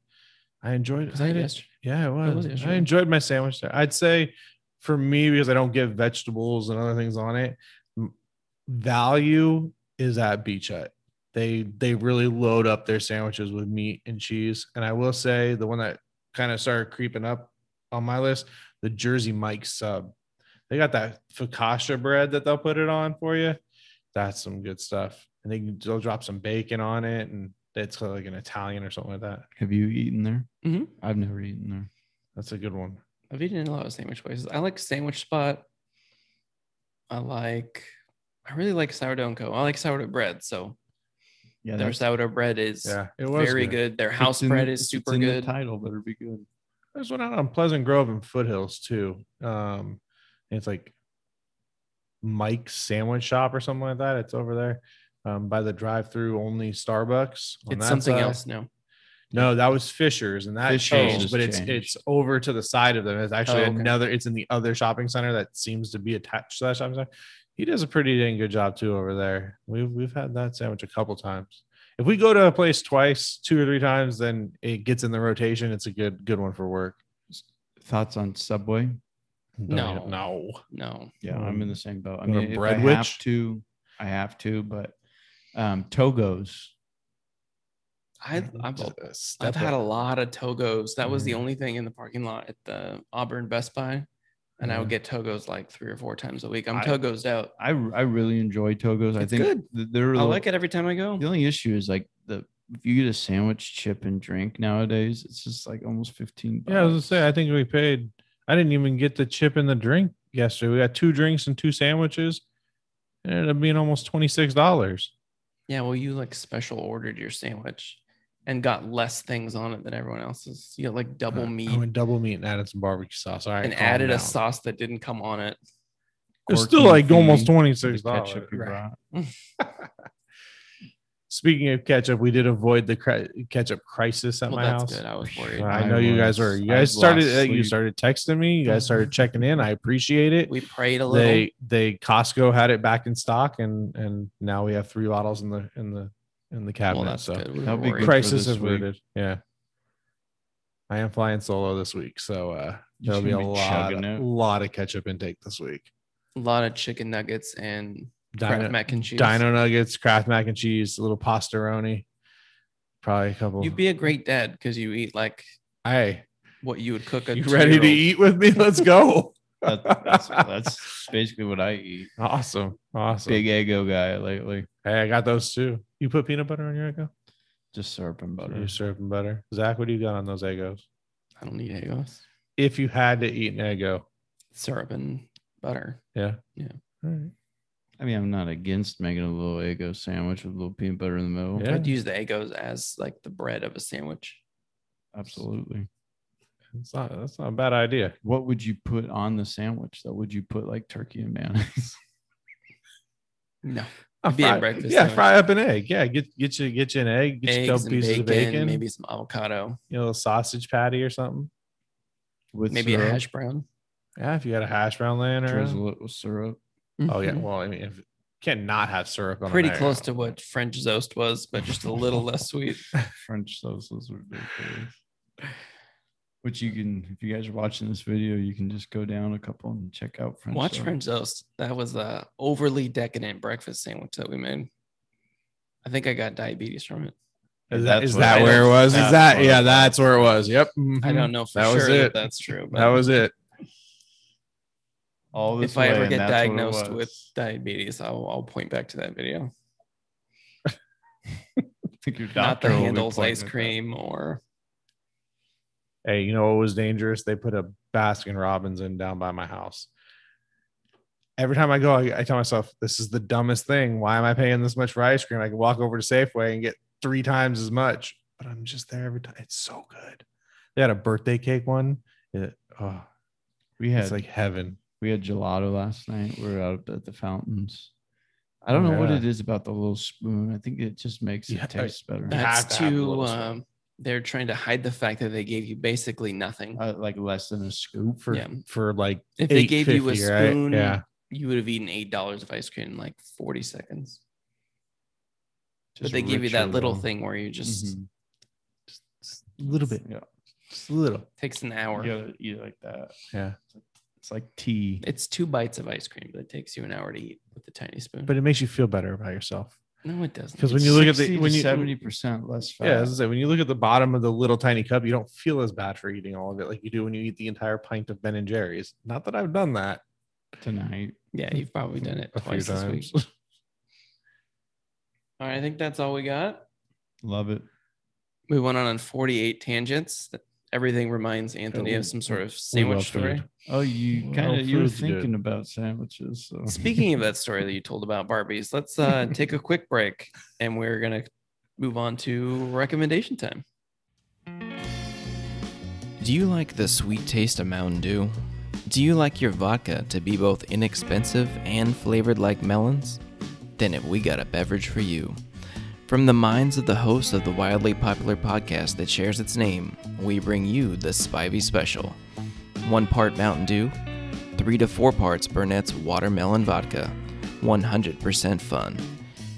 C: I enjoyed
A: Was
C: I
A: that
C: did-
A: yesterday?
C: Yeah, it
A: was
C: was. I
A: yesterday.
C: enjoyed my sandwich there. I'd say for me, because I don't get vegetables and other things on it, m- value is at Beach Hut. They they really load up their sandwiches with meat and cheese. And I will say the one that kind of started creeping up on my list, the Jersey Mike sub. They got that focaccia bread that they'll put it on for you. That's some good stuff. And they can- they'll drop some bacon on it, and it's like an Italian or something like that.
B: Have you eaten there?
A: Mhm.
B: I've never eaten there.
C: That's a good one.
A: I've eaten in a lot of sandwich places. I like Sandwich Spot. I like. I really like sourdough and co. I like sourdough bread. So
B: Yeah,
A: their sourdough bread is
C: Yeah, it was
A: very good. Their house bread is super good.
B: title better be good.
C: There's one out on Pleasant Grove and Foothills too. Um, and it's like Mike's Sandwich Shop or something like that. It's over there um, by the drive-through only Starbucks. on
A: It's
C: that
A: something
C: side.
A: else now.
C: No, that was Fisher's, and that
B: Fisher's
C: changed,
B: has
C: but it's
B: changed.
C: it's over to the side of them. It's actually
A: Oh, okay.
C: another. It's in the other shopping center that seems to be attached to that shopping center. He does a pretty dang good job too over there. We've we've had that sandwich a couple times. If we go to a place twice, two or three times, then it gets in the rotation. It's a good good one for work.
B: Thoughts on Subway?
A: No.
C: no.
A: No.
B: Yeah, I'm in the same boat. I
C: Go to
B: mean, if I
C: Bread
B: have
C: Witch?
B: to, I have to, but um, Togo's.
A: I, I've,
C: Step
A: I've had a
C: up.
A: lot of Togos. That was the
C: Mhm.
A: only thing in the parking lot at the Auburn Best Buy. And
C: Mm-hmm.
A: I would get Togos like three or four times a week. I'm
B: I-
A: Togos out.
B: I, I really enjoy Togo's. I
A: It's
B: think
A: good.
B: th- they're
A: I
B: the-
A: like it every time I go.
B: The only issue is like the if you get a sandwich, chip, and drink nowadays, it's just like almost 15 bucks.
C: Yeah, I was gonna say I think we paid. I didn't even get the chip and the drink yesterday. We got two drinks and two sandwiches. It ended up being almost twenty six dollars.
A: Yeah, well, you like special ordered your sandwich and got less things on it than everyone else's. You got like double meat
C: Uh, I went double meat and added some barbecue sauce. All right,
A: and
C: calm
A: added a
C: down.
A: sauce that didn't come on it.
C: It's
B: Corky
C: still like
B: fee,
C: almost
B: the
C: twenty six dollars.
B: ketchup you brought.
C: Speaking of ketchup, we did avoid the cri- ketchup crisis at
A: Well,
C: my
A: that's
C: house. Uh,
A: good. I was worried.
C: I
B: I
C: know you
B: was-
C: guys were. You
B: I
C: guys
B: lost
C: started. uh, You
B: sleep.
C: started texting me. You guys started checking in. I appreciate it.
A: We prayed a little.
C: They they Costco had it back in stock, and and now we have three bottles in the in the in the cabinet.
A: well, that's
C: so
A: good. We
B: That'd
A: were
B: be
A: worried.
B: good.
C: crisis
B: for this
C: averted. Yeah, I am flying solo this week, so uh,
B: You
C: there'll be a
B: should be
C: lot
B: chugging
C: a
B: it.
C: lot of ketchup intake this week.
A: A lot of chicken nuggets and
C: Dino,
A: Kraft mac and cheese.
C: Dino nuggets, Kraft mac and cheese, a little pastaroni, probably a couple.
A: You'd be a great dad because you eat like
C: hey,
A: what you would cook. A
C: you ready to
A: two-year-old.
C: eat with me? Let's go.
B: That- that's, that's basically what I eat.
C: awesome, awesome.
B: Big Eggo guy lately.
C: Hey, I got those too. You put peanut butter on your Eggo?
B: Just syrup and butter.
C: You serve them butter. Zach, what do you got on those Eggos?
A: I don't need egos.
C: If you had to eat an Eggo,
A: Syrup and butter.
C: yeah,
A: Yeah.
C: All right.
B: I mean, I'm not against making a little Eggo sandwich with a little peanut butter in the middle.
C: Yeah.
A: I'd use the egos as like the bread of a sandwich.
B: Absolutely.
C: It's not that's not a bad idea.
B: What would you put on the sandwich? Though, would you put like turkey and mayonnaise?
A: No.
C: A
A: Be a
C: fry-
A: breakfast
C: Yeah,
A: sandwich.
C: fry up an egg. Yeah, get get you get you an egg, get you a
A: Eggs
C: couple
A: and
C: pieces
A: bacon,
C: of bacon,
A: maybe some avocado,
C: you know, a little sausage patty or something.
B: With
A: maybe a
B: syrup?
A: hash brown.
C: Yeah, if you got a hash brown laying around.
B: Drizzle it with syrup.
C: Oh yeah,
A: Mhm.
C: well I mean, if can't not have syrup on
A: Pretty close to what French toast was, but just a little less sweet.
B: French sauces are ridiculous. Which you can, if you guys are watching this video, you can just go down a couple and check out French.
A: Watch
B: toast.
A: French toast. That was a overly decadent breakfast sandwich that we made. I think I got diabetes from it.
C: Is that
B: That's
C: is
B: what
C: that
A: I-
C: where it was? Is
B: that's
C: that
B: what
C: yeah?
B: it
C: That's where it was. Yep.
A: I
C: mhm.
A: don't know for
C: That was
A: sure that
C: it.
A: that's true. But
C: That was it.
B: All this
A: if I
B: way,
A: ever
B: and
A: get
B: that's what it
A: diagnosed
B: was.
A: with diabetes, I'll, I'll point back to that video.
B: I think your
A: Not
B: doctor
A: the
B: will be
A: handles,
B: pointing
A: ice
B: at that.
A: cream, or
C: Hey, you know what was dangerous? They put a Baskin Robbins in down by my house. Every time I go, I, I tell myself, this is the dumbest thing. Why am I paying this much for ice cream? I can walk over to Safeway and get three times as much, but I'm just there every time. It's so good. They had a birthday cake one. It, oh,
B: We had
C: It's like heaven.
B: we had gelato last night. We were out at the fountains. I don't know what
C: Yeah.
B: it is about the little spoon. I think it just makes it
C: Yeah, I-
B: taste better.
C: Yeah. have
A: that's
C: to have a
A: too.
C: little sweat.
A: Um, they're trying to hide the fact that they gave you basically nothing.
B: Uh, like less than a scoop.
C: For,
A: Yeah.
C: for like,
A: If they gave you a
C: $8.50, right?
A: spoon,
C: Yeah.
A: you would have eaten eight dollars of ice cream in like forty seconds.
B: just
A: but they give you that
B: richer,
A: little
B: though.
A: thing where you just
B: Mhm.
C: a little bit,
B: Yeah.
C: just a little.
A: takes an hour.
B: You gotta eat it like that.
C: Yeah.
B: It's like tea.
A: It's two bites of ice cream, but it takes you an hour to eat with a tiny spoon.
C: But it makes you feel better about yourself.
A: no, it doesn't.
C: 'Cause when
A: It's
C: you look at the- when you-
B: seventy percent less fat.
A: Uh,
C: Yeah, as I say, when you look at the bottom of the little tiny cup, you don't feel as bad for eating all of it like you do when you eat the entire pint of Ben and Jerry's. Not that I've done that.
B: tonight.
A: Yeah, you've probably done it
C: A few
A: twice this week. All right, I think that's all we got.
B: Love it.
A: We went on on 48 tangents. Everything reminds Anthony
C: we-
A: of some sort of
C: we love
A: sandwich story.
C: food.
B: Oh, you
C: Well,
B: kind of you were
C: food you did.
B: thinking about sandwiches. So.
A: Speaking of that story that you told about Barbies, let's uh, take a quick break and we're going to move on to recommendation time. Do you like the sweet taste of Mountain Dew? Do you like your vodka to be both inexpensive and flavored like melons? Then have we got a beverage for you. From the minds of the host of the wildly popular podcast that shares its name, we bring you the Spivey Special. One part Mountain Dew, three to four parts Burnett's Watermelon Vodka. 100% fun.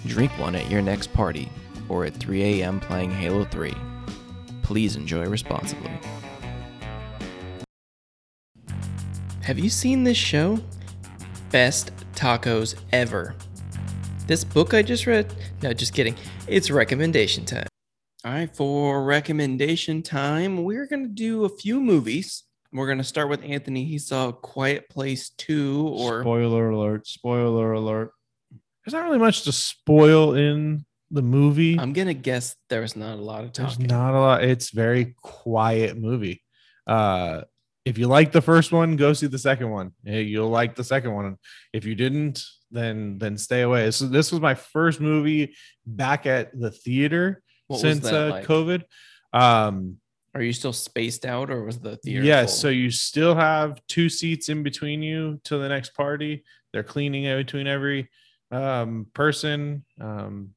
A: Drink one at your next party or at 3 a.m. playing Halo 3. Please enjoy responsibly.
E: Have you seen this show? Best Tacos Ever. This book I just read? No, just kidding. It's recommendation time.
A: All right, for recommendation time, we're going to do a few movies. We're going to start with Anthony. He saw Quiet Place 2 or
B: spoiler alert! Spoiler alert!
C: There's not really much to spoil in the movie.
A: I'm going to guess there's not a lot of
C: There's
A: talking.
C: not a lot. It's very quiet movie. Uh, if you like the first one, go see the second one. Eh, You'll like the second one. If you didn't, then then stay away. So this was my first movie back at the theater
A: What
C: since
A: was that
C: uh,
A: like?
C: COVID. Um,
A: Are you still spaced out or was the theater
C: Yes.
A: full?
C: So you still have two seats in between you to the next party. They're cleaning in between every um, person. Um,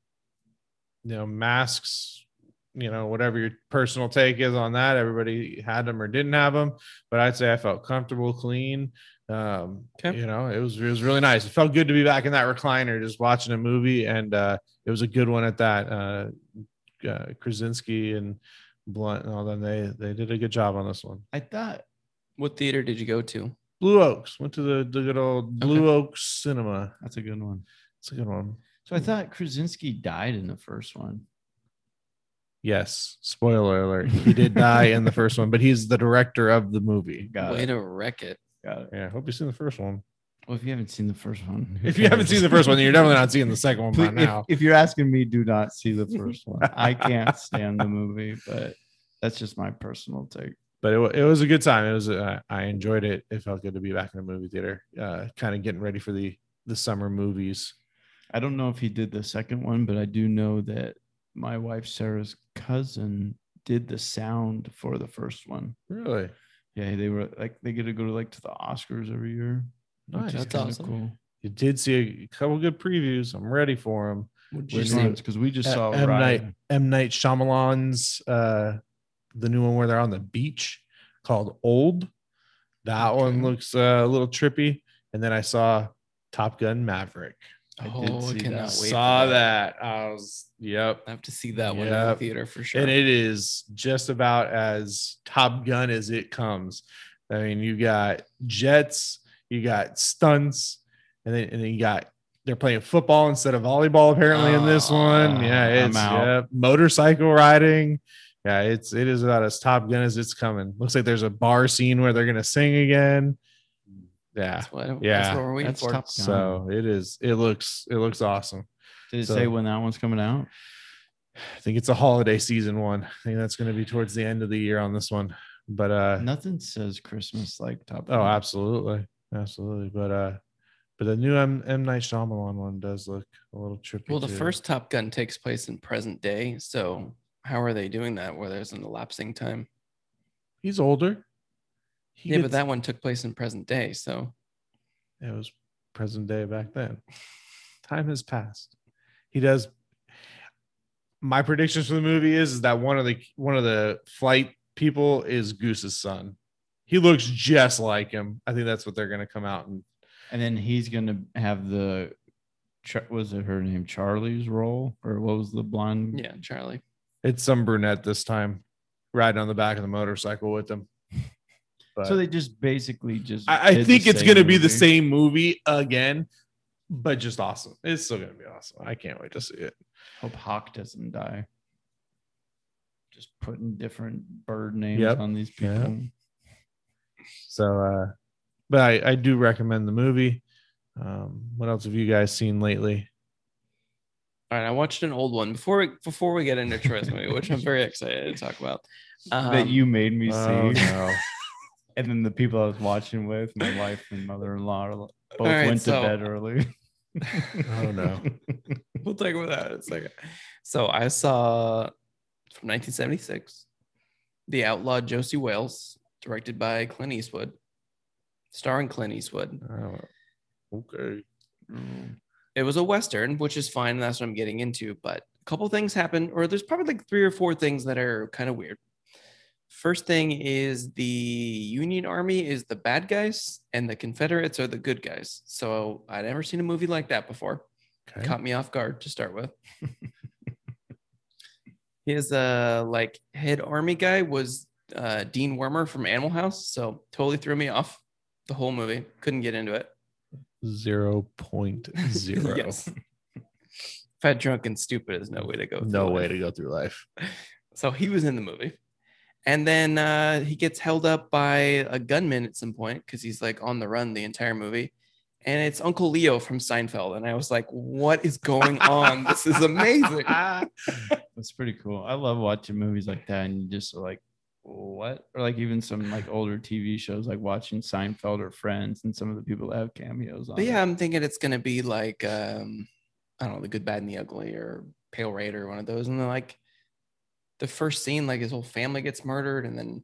C: you know, masks. You know, whatever your personal take is on that. Everybody had them or didn't have them, but I'd say I felt comfortable, clean. Um,
A: Okay.
C: You know, it was it was really nice. It felt good to be back in that recliner, just watching a movie, and uh, it was a good one at that. Uh, uh, Krasinski and Blunt and all them they they did a good job on this one.
B: I thought
A: What theater did you go to?
C: Blue Oaks. Went to the, the good old Blue Oaks Cinema.
B: that's a good one.
C: It's a good one.
B: So I thought Krasinski died in the first one.
C: Yes. Spoiler alert. He did die in the first one, but he's the director of the movie.
B: Got
A: Way
B: it.
A: to wreck it.
B: Got it.
C: Yeah. I hope you've seen the first one.
B: Well, if you haven't seen the first one, who
C: If you haven't
B: cares?
C: seen the first one, then you're definitely not seeing the second one by
B: Please-
C: now.
B: If, if you're asking me, do not see the first one. I can't stand the movie, but that's just my personal take.
C: But it, wa- it was a good time. It was uh, I enjoyed it. It felt good to be back in a movie theater. Uh, kind of getting ready for the the summer movies.
B: I don't know if he did the second one, but I do know that my wife Sarah's cousin did the sound for the first one.
C: Really
B: Yeah, they were like they get to go to like to the Oscars every year. which
C: nice.
B: is
A: That's
B: kinda
A: awesome.
B: Cool.
C: You did see a couple good previews. I'm ready for them.
A: Would you
C: We're
B: Which
A: see?
B: ones? Because we just
C: Uh,
B: saw
C: M. Night.
B: Raya.
C: M Night Shyamalan's uh the new one where they're on the beach called Old. That one looks uh, a little trippy. And then I saw Top Gun Maverick.
B: I did
A: Oh, I
B: see
A: cannot
B: that.
A: wait. for
C: saw that. I was yep.
A: I have to see that one in the
C: Yep.
A: theater for sure.
C: And it is just about as Top Gun as it comes. I mean, you got jets, you got stunts, and then and then you got they're playing football instead of volleyball apparently in this one. Yeah,
B: Oh, I'm
C: it's
B: out.
C: yeah, motorcycle riding. Yeah, it's it is about as Top Gun as it's coming. Looks like there's a bar scene where they're gonna sing again. Yeah.
A: That's what, that's
C: Yeah,
A: what we're waiting
B: that's
A: for.
B: Mm. Top Gun.
C: So it is. It looks. It looks awesome.
B: Did it
C: So-
B: say when that one's coming out?
C: I think it's a holiday season one. I think that's going to be towards the end of the year on this one. But uh,
B: Nothing says Christmas like Top.
C: Oh,
B: Gun.
C: absolutely, absolutely. But uh, but the new M M Night Shyamalan one does look a little trippy.
A: Well, the
C: too.
A: first Top Gun takes place in present day. So how are they doing that where there's an elapsing time?
C: he's older. He
A: yeah, but
C: gets-
A: that one took place in present day. So
C: it was present day back then. Time has passed. He does. My predictions for the movie is, is that one of the one of the flight people is Goose's son. He looks just like him. I think that's what they're going to come out and
B: And then he's gonna have the, Char- was it her name Charlie's role or what was the blonde?
A: yeah, Charlie.
C: it's some brunette this time, riding on the back of the motorcycle with them. But
B: So they just basically just.
C: I, I
B: did the
C: think it's
B: same
C: going to be the
B: movie.
C: same movie again, but just awesome. It's still going to be awesome. I can't wait to see it.
B: Hope Hawk doesn't die. Just putting different bird names
C: Yep.
B: on these people.
C: Yeah. So, uh, but I, I do recommend the movie. Um, what else have you guys seen lately?
A: All right, I watched an old one before we before we get into Troy's movie, which I'm very excited to talk about.
B: that
A: Um,
B: you made me
C: Oh,
B: see,
C: no.
B: and then the people I was watching with, my wife and mother-in-law, are- both
A: right,
B: went
A: so-
B: to bed early.
C: Oh, no.
A: we'll talk about that in a second. So I saw from 1976, The Outlaw Josie Wales, directed by Clint Eastwood, starring Clint Eastwood.
C: Oh, okay.
A: It was a western, which is fine. And that's what I'm getting into. But a couple things happened, or there's probably like three or four things that are kind of weird. First thing is the Union Army is the bad guys, and the Confederates are the good guys. So I'd never seen a movie like that before
C: Okay.
A: caught me off guard to start with. His uh like head army guy was uh Dean Wormer from Animal House, so totally threw me off. the whole movie. Couldn't get into it.
C: 0.0.
A: Yes. Fat, drunk, and stupid is no way to go.
C: No
A: through
C: way
A: life.
C: to go through life.
A: So he was in the movie. And then uh, he gets held up by a gunman at some point because he's like on the run the entire movie. And it's Uncle Leo from Seinfeld. And I was like, what is going on? this is amazing.
B: That's pretty cool. I love watching movies like that, and you just like what, or like even some like older TV shows, like watching Seinfeld or Friends, and some of the people that have cameos on.
A: But
B: it.
A: yeah, I'm thinking it's going to be like, um, I don't know, The Good, Bad, and the Ugly or Pale Raider, one of those. And then like the first scene, like his whole family gets murdered. And then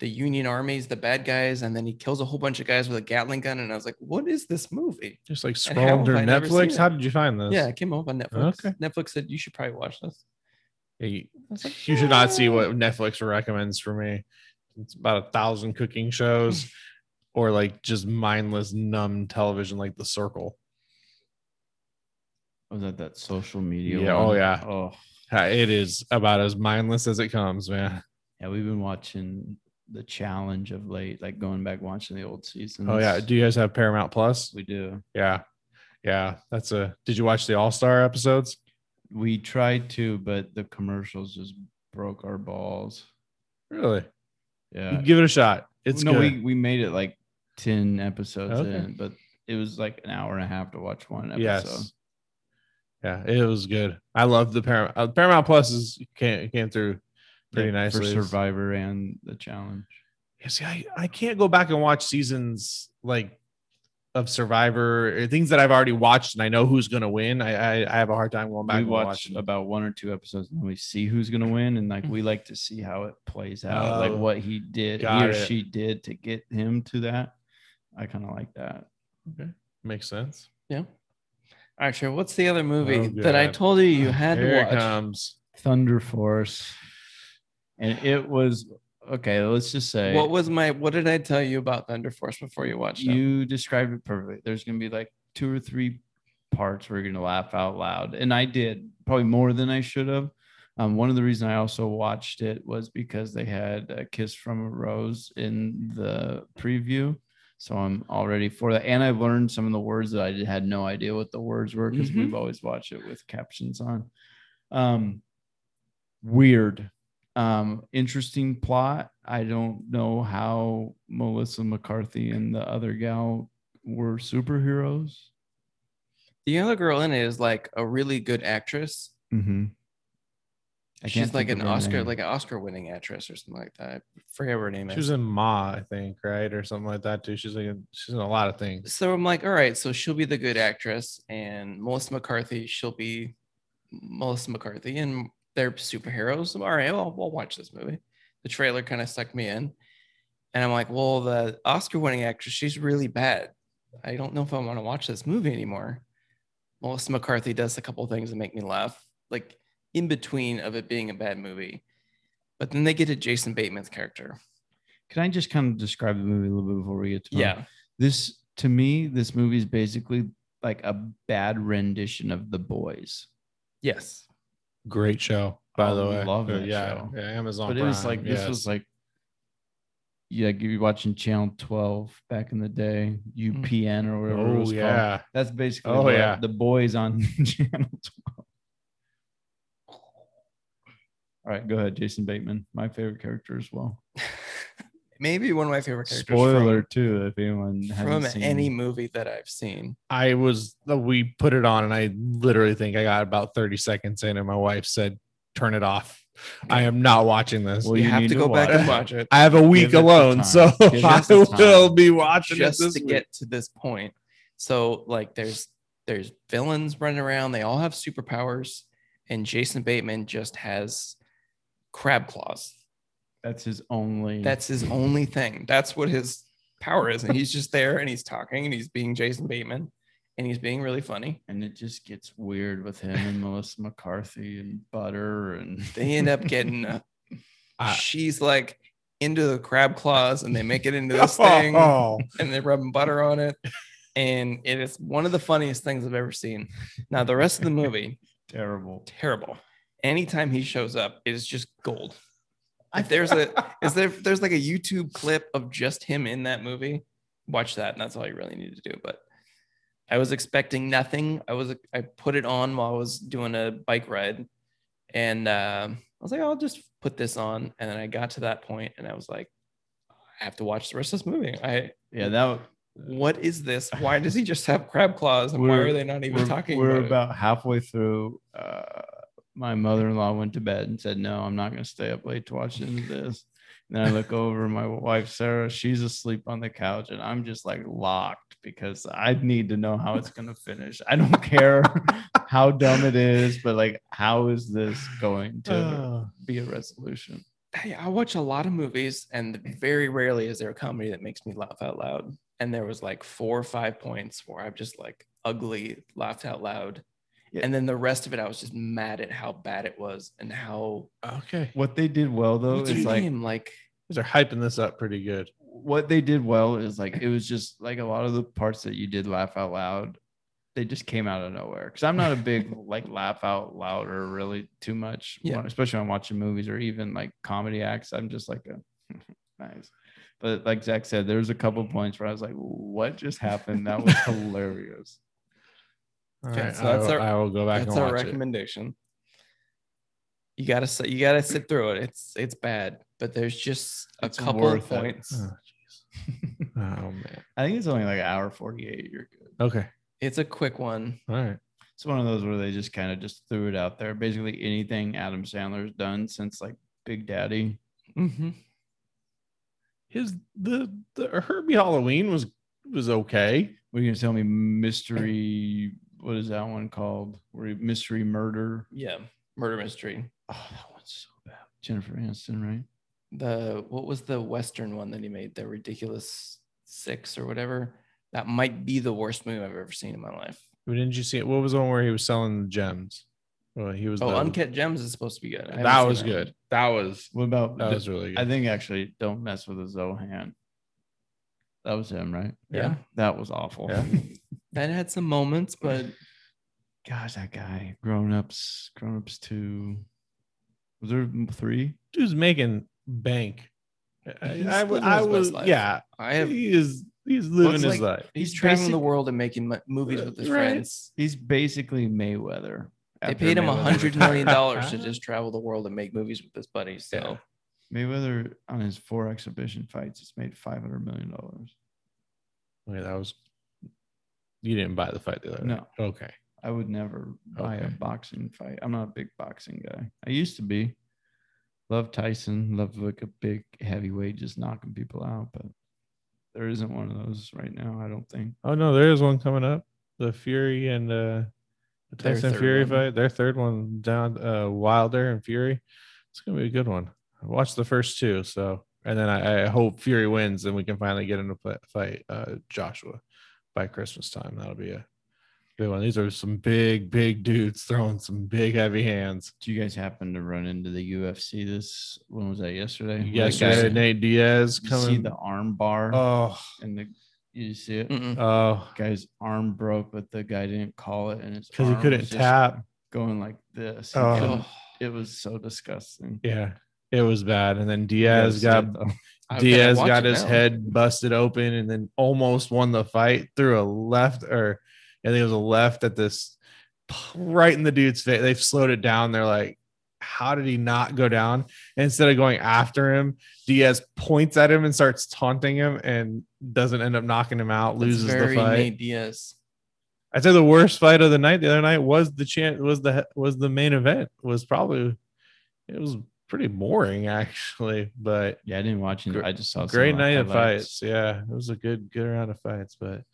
A: the Union Army's the bad guys. And then he kills a whole bunch of guys with a Gatling gun. And I was like, what is this movie?
C: Just like
A: And how
C: scrolling through
A: have I never seen
C: Netflix.
A: it?
C: How did you find this?
A: Yeah, it came up on Netflix.
C: Okay.
A: Netflix said you should probably watch this.
C: Yeah, you,
A: I was like,
C: you should not see what Netflix recommends for me. It's about a thousand cooking shows or like just mindless, numb television like The Circle.
B: was that that social media?
C: Yeah, oh,
B: one?
C: yeah.
B: Oh
C: Uh, It is about as mindless as it comes, man.
B: yeah, we've been watching the challenge of late, like going back watching the old seasons.
C: Oh, yeah. Do you guys have Paramount Plus?
B: we do.
C: Yeah. Yeah. That's a. Did you watch the All Star episodes?
B: We tried to, but the commercials just broke our balls.
C: Really?
B: Yeah,
C: Give it a shot. It's
B: no,
C: good.
B: we we made it like ten episodes
C: Okay.
B: in, but it was like an hour and a half to watch one episode.
C: Yes. Yeah, it was good. I love the Paramount. Uh, Paramount Plus is came came through pretty
B: Yeah,
C: nicely.
B: for Survivor and the challenge.
C: Yeah, see, I, I can't go back and watch seasons like of Survivor or things that I've already watched and I know who's gonna win. I I, I have a hard time going back
B: we
C: and
B: watch
C: watching.
B: about one or two episodes and we see who's gonna win, and like we like to see how it plays out, like
C: Oh,
B: what he did, he
C: got
B: or
C: it.
B: she did to get him to that. I kind of like that.
C: okay. Makes sense.
A: yeah. All right, sure. What's the other movie
C: Oh,
A: that I
C: God.
A: told you you had
C: Here
A: to
C: it
A: watch?
C: comes.
B: Thunder Force, and it was okay. Let's just say
A: What was my? What did I tell you about Thunder Force before you watched it?
B: You described it perfectly. There's going to be like two or three parts where you're going to laugh out loud. And I did probably more than I should have. Um, one of the reasons I also watched it was because they had a kiss from a rose in the preview. So I'm already for that. And I learned some of the words that I had no idea what the words were because
A: Mhm.
B: we've always watched it with captions on. Um, weird um interesting plot i don't know how melissa mccarthy and the other gal were superheroes
A: The other girl in it is like a really good actress.
B: mm-hmm.
A: She's like an Oscar, like an Oscar-winning actress or something like that. I forget what her name
C: She
A: is.
C: was in Ma, I think, right? Or something like that too. She's like in- she's in a lot of things.
A: so I'm like, all right, so she'll be the good actress, and Melissa McCarthy, she'll be Melissa McCarthy, and they're superheroes. I'm, All right, well, we'll watch this movie. The trailer kind of sucked me in, and I'm like, well, the Oscar-winning actress, she's really bad. I don't know if I want to watch this movie anymore. Melissa McCarthy does a couple things that make me laugh, like in between of it being a bad movie. But then they get to Jason Bateman's character.
B: can i just kind of describe the movie a little bit before we get to it?
A: Yeah.
B: this to me this movie is basically like a bad rendition of the boys
A: Yes.
C: Great show, by
B: I
C: the way.
B: Oh, love
C: Uh,
B: that
C: yeah,
B: show.
C: yeah, Amazon.
B: but it was
C: Prime,
B: like this
C: yes.
B: was like yeah you're watching channel 12 back in the day
A: Mm.
B: upn or whatever it was called
C: oh yeah.
B: That's basically
C: Oh,
B: what
C: yeah.
B: the boys on channel 12. All right, go ahead, Jason Bateman, my favorite character as well.
A: Maybe one of my favorite characters. from-
B: Spoiler too, if anyone
A: from
B: hasn't seen
A: any movie that I've seen.
C: I was we put it on and I literally think I got about 30 seconds in and my wife said, turn it off. I am not watching this.
B: Well,
A: you,
B: you
A: have
B: need
A: to
B: to
A: go back
C: watch
A: and
C: it.
A: watch it
C: I have a week
B: it some
C: alone,
B: time.
C: so
B: Give it
C: I
B: some time.
C: will be watching
A: just
C: it this
A: to
C: week.
A: get to this point. So like there's there's villains running around, they all have superpowers, and Jason Bateman just has crab claws.
B: That's his only.
A: That's his only thing. That's what his power is. And he's just there and he's talking and he's being Jason Bateman and he's being really funny.
B: and it just gets weird with him and Melissa McCarthy and Butter and
A: They end up getting uh,
C: I-
A: she's like into the crab claws and they make it into this thing.
C: Oh,
A: and they're rubbing butter on it. And it is one of the funniest things I've ever seen. Now, the rest of the movie,
B: terrible.
A: terrible. Anytime he shows up, it is just gold. If there's a is there there's like a YouTube clip of just him in that movie, watch that, and that's all you really need to do. But I was expecting nothing. I was I put it on while I was doing a bike ride, and um I was like, I'll just put this on. And then I got to that point, and I was like, I have to watch the rest of this movie. I
B: Yeah, that
A: what is this? Why does he just have crab claws, and why
B: We're-
A: are they not even
B: we're,
A: talking?
B: we're
A: about, it?
B: about halfway through. Uh, my mother-in-law went to bed and said, "No, I'm not going to stay up late to watch any of this." And I look over, my wife Sarah, she's asleep on the couch, and I'm just like locked because I need to know how it's going to finish. I don't care how dumb it is, but like, how is this going to
C: Oh.
B: be a resolution?
A: hey, I watch a lot of movies, and very rarely is there a comedy that makes me laugh out loud. And there was like four or five points where I've just like ugly laughed out loud.
B: Yeah.
A: And then the rest of it, I was just mad at how bad it was and how
C: Okay.
B: What they did well though
A: what's
B: is
A: her
B: like
A: name? like
C: These are hyping this up pretty good.
B: what they did well is like it was just like a lot of the parts that you did laugh out loud they just came out of nowhere because i'm not a big like laugh out loud or really too much
A: Yeah.
B: when- especially when i'm watching movies or even like comedy acts i'm just like a, nice but like zach said there was a couple points where i was like what just happened that was hilarious
C: All
A: Okay,
C: right,
A: so that's
C: I,
A: our-
C: will, I will go back
A: that's
C: and
A: our
C: watch it.
A: recommendation. You gotta sit, you gotta sit through it. It's it's bad, but there's just a
B: It's
A: couple of
B: worth it.
A: points.
C: Oh, jeez. oh man.
B: i think it's only like an hour 48 you're good
C: Okay.
A: It's a quick one.
C: All right.
B: it's one of those where they just kind of just threw it out there basically anything adam sandler's done since like big daddy
A: Mm-hmm.
C: His the the Herbie Halloween was was okay.
B: What are you gonna tell me? Mystery. What is that one called? Where you- mystery murder.
A: Yeah, murder mystery.
B: Oh, that one's so bad. Jennifer Aniston, right?
A: the what was the western one that he made the ridiculous six or whatever that might be the worst movie i've ever seen in my life
C: But didn't you see it? What was the one where he was selling the gems? Well, he was
A: oh
C: the-
A: uncut gems is supposed to be good I haven't
C: That
A: seen
C: was good. That was
B: What about?
C: that was really
B: I
C: good.
B: think actually, don't mess with a Zohan. That was him, right?
A: yeah.
B: That was awful.
C: Yeah.
A: that had some moments but
B: Gosh, that guy. Grown ups. Grown ups two. Was there m- three?
C: Dude's making bank. I,
A: He's
C: I, would-
A: living
C: I
A: his best
C: was
A: life.
C: yeah.
A: i have
C: he is he's living
B: it's
C: his
B: like-
C: life.
A: he's,
B: He's
A: traveling the
B: basic-
A: world and making mo- movies with his
C: Right.
A: friends
B: He's basically Mayweather.
A: they
B: after
A: paid him a
B: Mayweather
A: hundred
B: retired.
A: million dollars to just travel the world and make movies with his buddies so
C: Yeah.
B: Mayweather on his four exhibition fights has made five hundred million dollars.
C: Wait, that was you didn't buy the fight the other
B: No.
C: night. Okay.
B: I would never buy a
C: Okay.
B: boxing fight. I'm not a big boxing guy. I used to be. Love Tyson. Love like a big heavyweight, just knocking people out. But there isn't one of those right now. I don't think.
C: Oh no, there is one coming up. The Fury and uh the
A: Their
C: Tyson
A: third
C: Fury
A: one.
C: fight. Their third one down uh Wilder and Fury. It's gonna be a good one. I watched the first two, so and then I, I hope Fury wins and we can finally get into play, fight uh Joshua by Christmas time. That'll be a good one. These are some big, big dudes throwing some big heavy hands.
B: Do you guys happen to run into the UFC? This when was that yesterday?
C: Yesterday,
B: Like,
C: Nate Diaz
B: you see
C: coming.
B: the arm bar
C: oh,
B: and the you see it.
A: Mm-mm.
C: oh,
B: Guy's arm broke, but the guy didn't call it, and it's
C: because he couldn't tap.
B: Going like this. He
C: Oh.
B: couldn't-
A: Oh,
B: It was so disgusting.
C: Yeah, it was bad. And then
B: You gotta
C: Diaz
B: see
C: got
B: it, though.
A: I-
C: Diaz
A: I watch
C: got
A: it
C: his
A: now.
C: head busted open and then almost won the fight through a left or I think it was a left at this right in the dude's face. They've slowed it down. They're like, how did he not go down? And instead of going after him, Diaz points at him and starts taunting him and doesn't end up knocking him out,
A: That's
C: loses the
A: very
C: fight.
A: Nate Diaz.
C: I'd say the worst fight of the night. The other night was the chant was the was the main event. Was probably it was pretty boring actually, but
B: Yeah, I didn't watch it.
C: Gr-
B: I just saw some
C: great
B: of the
C: night of
B: highlights.
C: fights. Yeah, it was a good good round of fights. But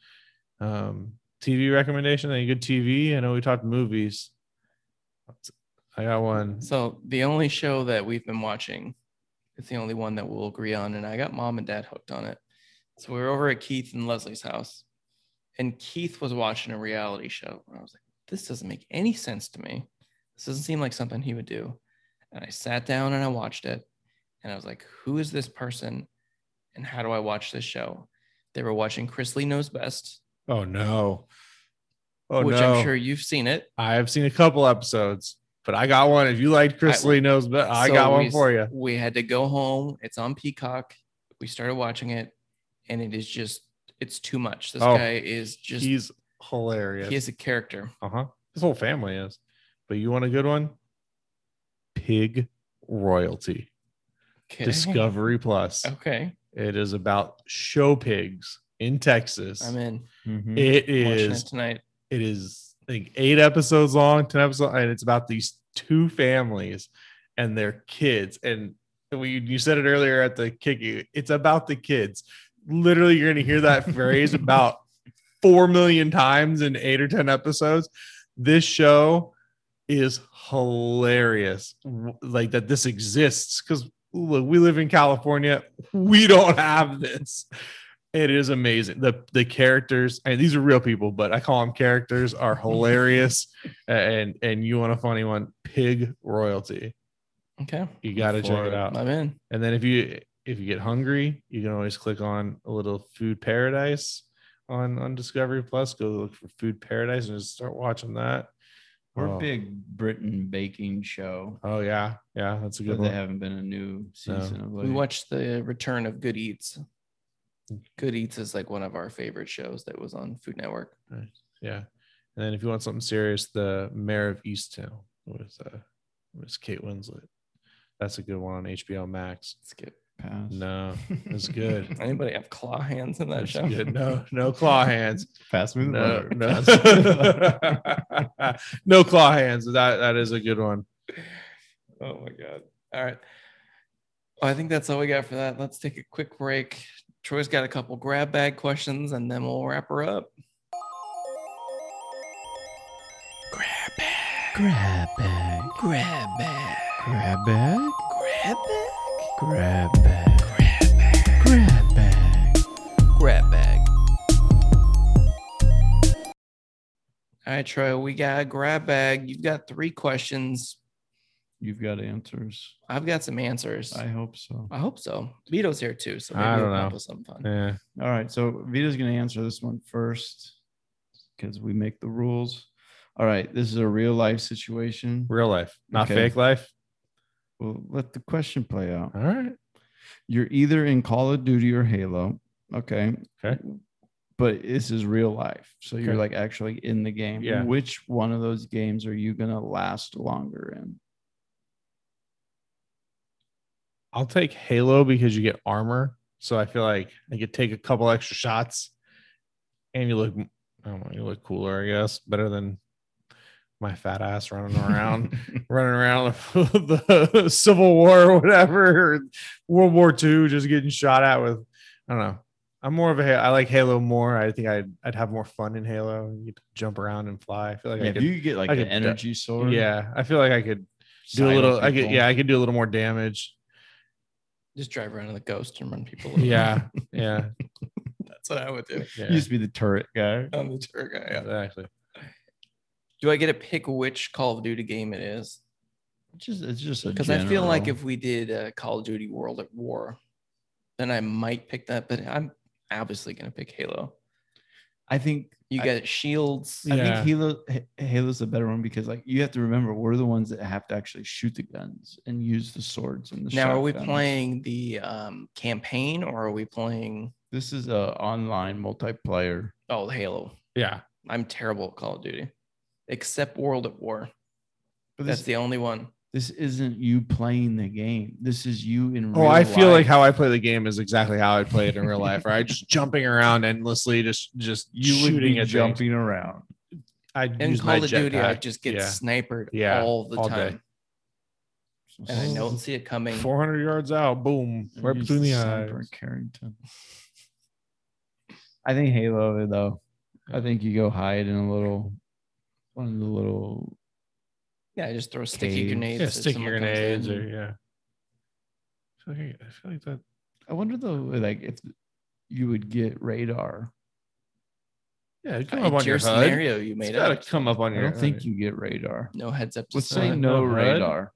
C: um TV recommendation, any good TV? I know we talked movies. I got one.
A: So the only show that we've been watching, it's the only one that we'll agree on, and I got mom and dad hooked on it. So we were over at Keith and Leslie's house, and Keith was watching a reality show, and I was like, "This doesn't make any sense to me. This doesn't seem like something he would do." And I sat down and I watched it, and I was like, "Who is this person, and how do I watch this show?" They were watching Chris Lee Knows Best,
C: Oh no. Oh
A: which
C: no.
A: I'm sure you've seen it.
C: I've seen a couple episodes, but I got one. If you like Chris
A: I-
C: Lee knows, but I
A: So
C: got one
A: we-
C: for you.
A: We had to go home. It's on Peacock. We started watching it, and it is just it's too much. This
C: Oh,
A: guy is just
C: He's hilarious.
A: he is a character.
C: Uh huh. His whole family is. But you want a good one? Pig Royalty
A: Okay.
C: Discovery Plus.
A: Okay,
C: It is about show pigs in Texas.
A: I'm in.
B: Mhm.
C: It
A: I'm watching
C: is
A: it tonight.
C: it is like eight episodes long, ten episodes, and it's about these two families and their kids. And we you said it earlier at the kicky, it's about the kids. Literally, you're gonna hear that phrase about four million times in eight or ten episodes. This show is hilarious. w- Like that this exists because look, we live in California, we don't have this. It is amazing. The the characters, and these are real people, but I call them characters, are hilarious. and and you want a funny one? Pig royalty.
A: Okay,
C: You gotta check
B: for
C: it
B: it.
C: out.
A: I'm in.
C: And then if you if you get hungry, you can always click on a little food paradise on on Discovery Plus. Go look for Food Paradise and just start watching that.
B: Or
C: Oh.
B: Big Britain baking show.
C: Oh yeah, yeah, that's a
B: But
C: good
B: they
C: one.
B: haven't been a new season of late.
A: We watched the return of Good Eats. Good Eats is like one of our favorite shows that was on Food Network.
C: yeah. And then if you want something serious, the Mayor of Easttown with uh, was Kate Winslet. That's a good one on HBO Max.
A: Skip.
B: Pass.
C: No, it's good.
A: Anybody have claw hands in that
C: That's
A: show?
C: good. No, no claw hands.
B: Pass me the
C: No,
B: butter.
C: no,
B: Pass me the butter.
C: no claw hands. That that is a good one.
A: Oh my god. All right. Well, I think that's all we got for that. Let's take a quick break. Troy's got a couple grab bag questions and then we'll wrap her up.
E: Grab bag.
D: Grab bag.
E: Grab bag.
D: Grab bag.
E: Grab bag.
D: Grab bag.
E: Grab bag.
D: Grab bag.
E: Grab bag.
A: All right, Troy, we got a grab bag. You've got three questions.
B: You've got answers.
A: I've got some answers.
B: I
A: I,
B: hope so.
A: hope so. Vito's here too, so maybe
C: I
A: we'll
C: don't
A: come up
C: know.
A: with some fun.
C: Yeah.
B: All right. So Vita's going to answer this one first because we make the rules. All right. This is a real life situation.
C: Real life, not
B: Okay.
C: fake life.
B: We'll let the question play out.
C: All right.
B: You're either in Call of Duty or Halo. Okay.
C: Okay.
B: But this is real life. So you're
C: Okay.
B: like actually in the game.
C: Yeah.
B: Which one of those games are you going to last longer in?
C: I'll take Halo because you get armor. So I feel like I could take a couple extra shots and you look, I don't know, you look cooler, I guess, better than my fat ass running around, running around the, the Civil War or whatever, or World War II, just getting shot at with, I don't know. I'm more of a, Ha- I like Halo more. I think I'd, I'd have more fun in Halo. You could jump around and fly. I feel like
B: Yeah,
C: I
B: if
C: could,
B: you could get like
C: I
B: an
C: could d-
B: energy sword.
C: yeah, I feel like I could do a
B: silo
C: little, I could,
B: people.
C: yeah, I could do a little more damage.
A: Just drive around in the ghost and run people over.
C: Yeah, yeah,
A: That's what I would do.
C: yeah.
B: You used to be the turret guy.
A: I'm the tour guy. yeah.
C: Exactly.
A: Do I get to pick which Call of Duty game it is?
B: Just it's just
A: Because I feel like
B: if.
A: if we did uh, Call of Duty World at War, then I might pick that, but I'm obviously going to pick Halo.
B: I think
A: You
B: I-
A: got shields.
B: I
C: Yeah.
B: think Halo H- Halo's the better one because like you have to remember we're the ones that have to actually shoot the guns and use the swords and the.
A: Now, are we
B: shotguns.
A: playing the um, campaign or are we playing
B: This is a online multiplayer.
A: oh Halo?
C: Yeah.
A: I'm terrible at Call of Duty, except World at War.
B: But
A: That's
B: this,
A: the only one.
B: this isn't you playing the game. This is you in.
C: Oh,
B: real
C: I feel like
B: life.
C: how I play the game is exactly how I play it in real life, right? Just jumping around endlessly, just just
B: you would
C: shooting
B: be
C: at
B: jumping around.
C: I
A: In
C: use my
A: Call of Duty, I
C: jetpack.
A: just get
C: Yeah.
A: snipered
C: Yeah,
A: all the
C: all day. Oh.
A: time, and I don't see it coming.
C: 400 yards out, boom,
B: I
C: right
B: used
C: between the eyes.
B: sniper in Carrington. I think Halo though. I think you go hide in a little, one of the little
A: Yeah, I just throw sticky
B: Caves.
A: grenades.
C: Yeah,
A: if
C: stick
A: someone
C: your
A: comes
C: grenades,
A: in. Uh,
C: or yeah. I feel like, I feel like that.
B: I wonder though, like if you would get radar.
C: Yeah, it'd come up
A: Uh, It's
C: on
A: your
C: your HUD.
A: scenario you
C: It's
A: made
C: gotta
A: up.
C: come up on
B: I
C: your.
B: don't think you get radar.
A: No heads up.
B: Let's
A: Let's
B: say
C: not
B: no
C: no HUD.
B: radar.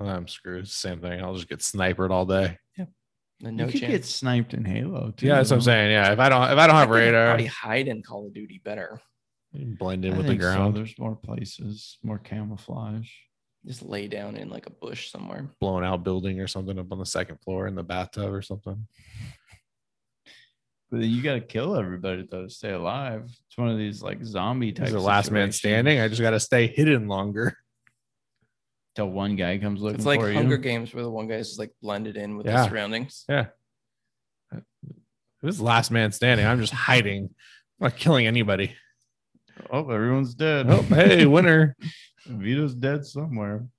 C: Well, I'm screwed. Same thing. I'll just get snipered all day.
A: no
B: you could
A: chance.
B: get sniped in Halo too.
C: Yeah, that's what I'm saying. Yeah, if I don't, if I don't
A: I
C: have
A: think I'd
C: radar,
A: Probably hide in Call of Duty better.
C: blend
B: I
C: in with the
B: think so.
C: ground,
B: There's more places, more camouflage.
A: Just lay down in like a bush somewhere.
C: blown out building or something up on the second floor in the bathtub or something.
B: But you got to kill everybody though to stay alive. It's one of these like zombie
C: He's
B: types.
C: the last man standing. I just got to stay hidden longer.
B: Till one guy comes looking
E: It's like
B: for
E: Hunger
B: you.
E: Games where the one guy is just like blended in with
C: Yeah.
E: the surroundings.
C: This is last man standing. I'm just hiding. I'm not killing anybody.
B: Oh, everyone's dead.
C: Oh, hey, winner.
B: Vito's dead somewhere.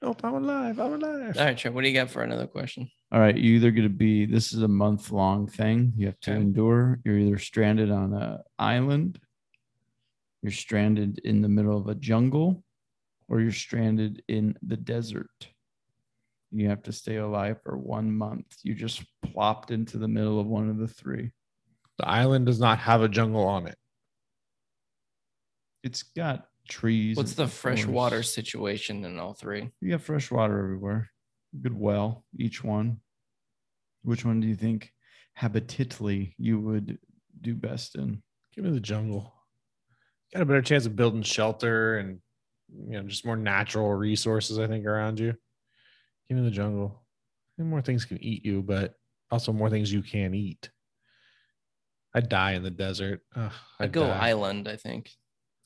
C: Nope, I'm alive. I'm alive.
E: All right, Trent, what do you got for another question?
B: All right, you either going to be this is a month long thing you have to
E: Okay.
B: endure. You're either stranded on a island, you're stranded in the middle of a jungle, or you're stranded in the desert. You have to stay alive for one month. You just plopped into the middle of one of the three.
C: The island does not have a jungle on it.
B: It's got trees.
E: What's the
B: and
E: fresh
B: forests.
E: water situation in all three?
B: You got fresh water everywhere. Good well, each one. Which one do you think habitately you would do best in?
C: Give me the jungle. Got a better chance of building shelter and you know just more natural resources. I think around you. Give me the jungle. And more things can eat you, but also more things you can eat. I'd die in the desert. Ugh,
E: I'd, go
C: die.
E: island, I think.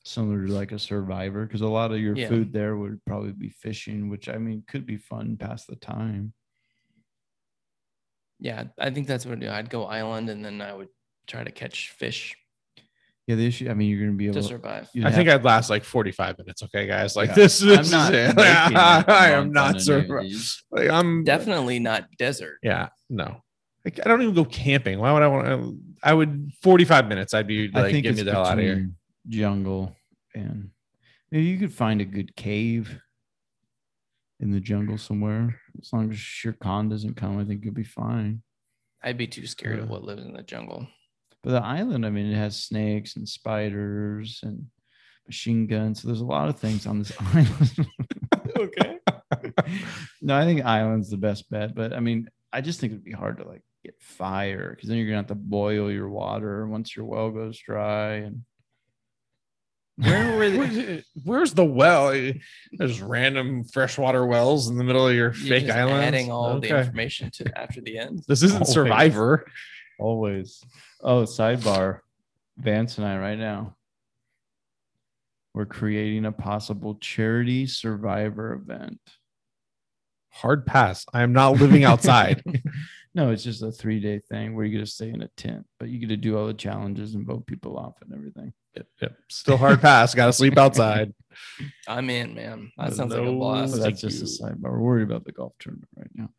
B: Similar to like a survivor, because a lot of your
E: Yeah.
B: food there would probably be fishing, which I mean could be fun past the time.
E: Yeah, I think that's what I'd do. I'd go island and then I would try to catch fish
B: Yeah, the issue. I mean, you're going to be able.
E: to
B: To,
E: survive.
B: you'd
C: I think
B: have-
C: I'd last like 45 minutes. Okay, guys. Like
B: Yeah.
C: this,
B: I'm
C: this is
B: not
C: it.
B: making it a
C: I
B: month on
C: am not
B: any of
C: surviving.
B: these.
C: Like I'm
E: Definitely not desert.
C: Yeah, no. Like, I don't even go camping. Why would I want to? I would 45 minutes. I'd be
B: I
C: like,
B: think
C: get me
B: it's
C: the hell out of here.
B: between Jungle and maybe you could find a good cave in the jungle somewhere. As long as your con doesn't come, I think you'll be fine.
E: I'd be too scared of
C: Yeah.
E: what lives in the jungle.
B: But the island, I mean, it has snakes and spiders and machine guns. So there's a lot of things on this island.
E: okay.
B: no, I think island's the best bet. But I mean, I just think it'd be hard to like get fire because then you're gonna have to boil your water once your well goes dry. And
E: Where were they?
C: Where's- Where's the well? There's random freshwater wells in the middle of your
E: You're
C: fake
E: just
C: island.
E: Adding all the
C: okay.
E: information to after the end.
C: This isn't
B: Always.
C: Survivor.
B: Always. Oh, sidebar. Vance and I right now. We're creating a possible charity survivor event.
C: Hard pass. I am not living outside.
B: no, it's just a three day thing where you get to stay in a tent, but you get to do all the challenges and vote people off and everything.
C: Yep, yep. Still hard pass. Got to sleep outside.
E: I'm in, man. That
B: But
E: sounds like a
C: no-
B: So
E: blast.
B: that's just
C: you.
B: a sidebar. We're worried about the golf tournament right now.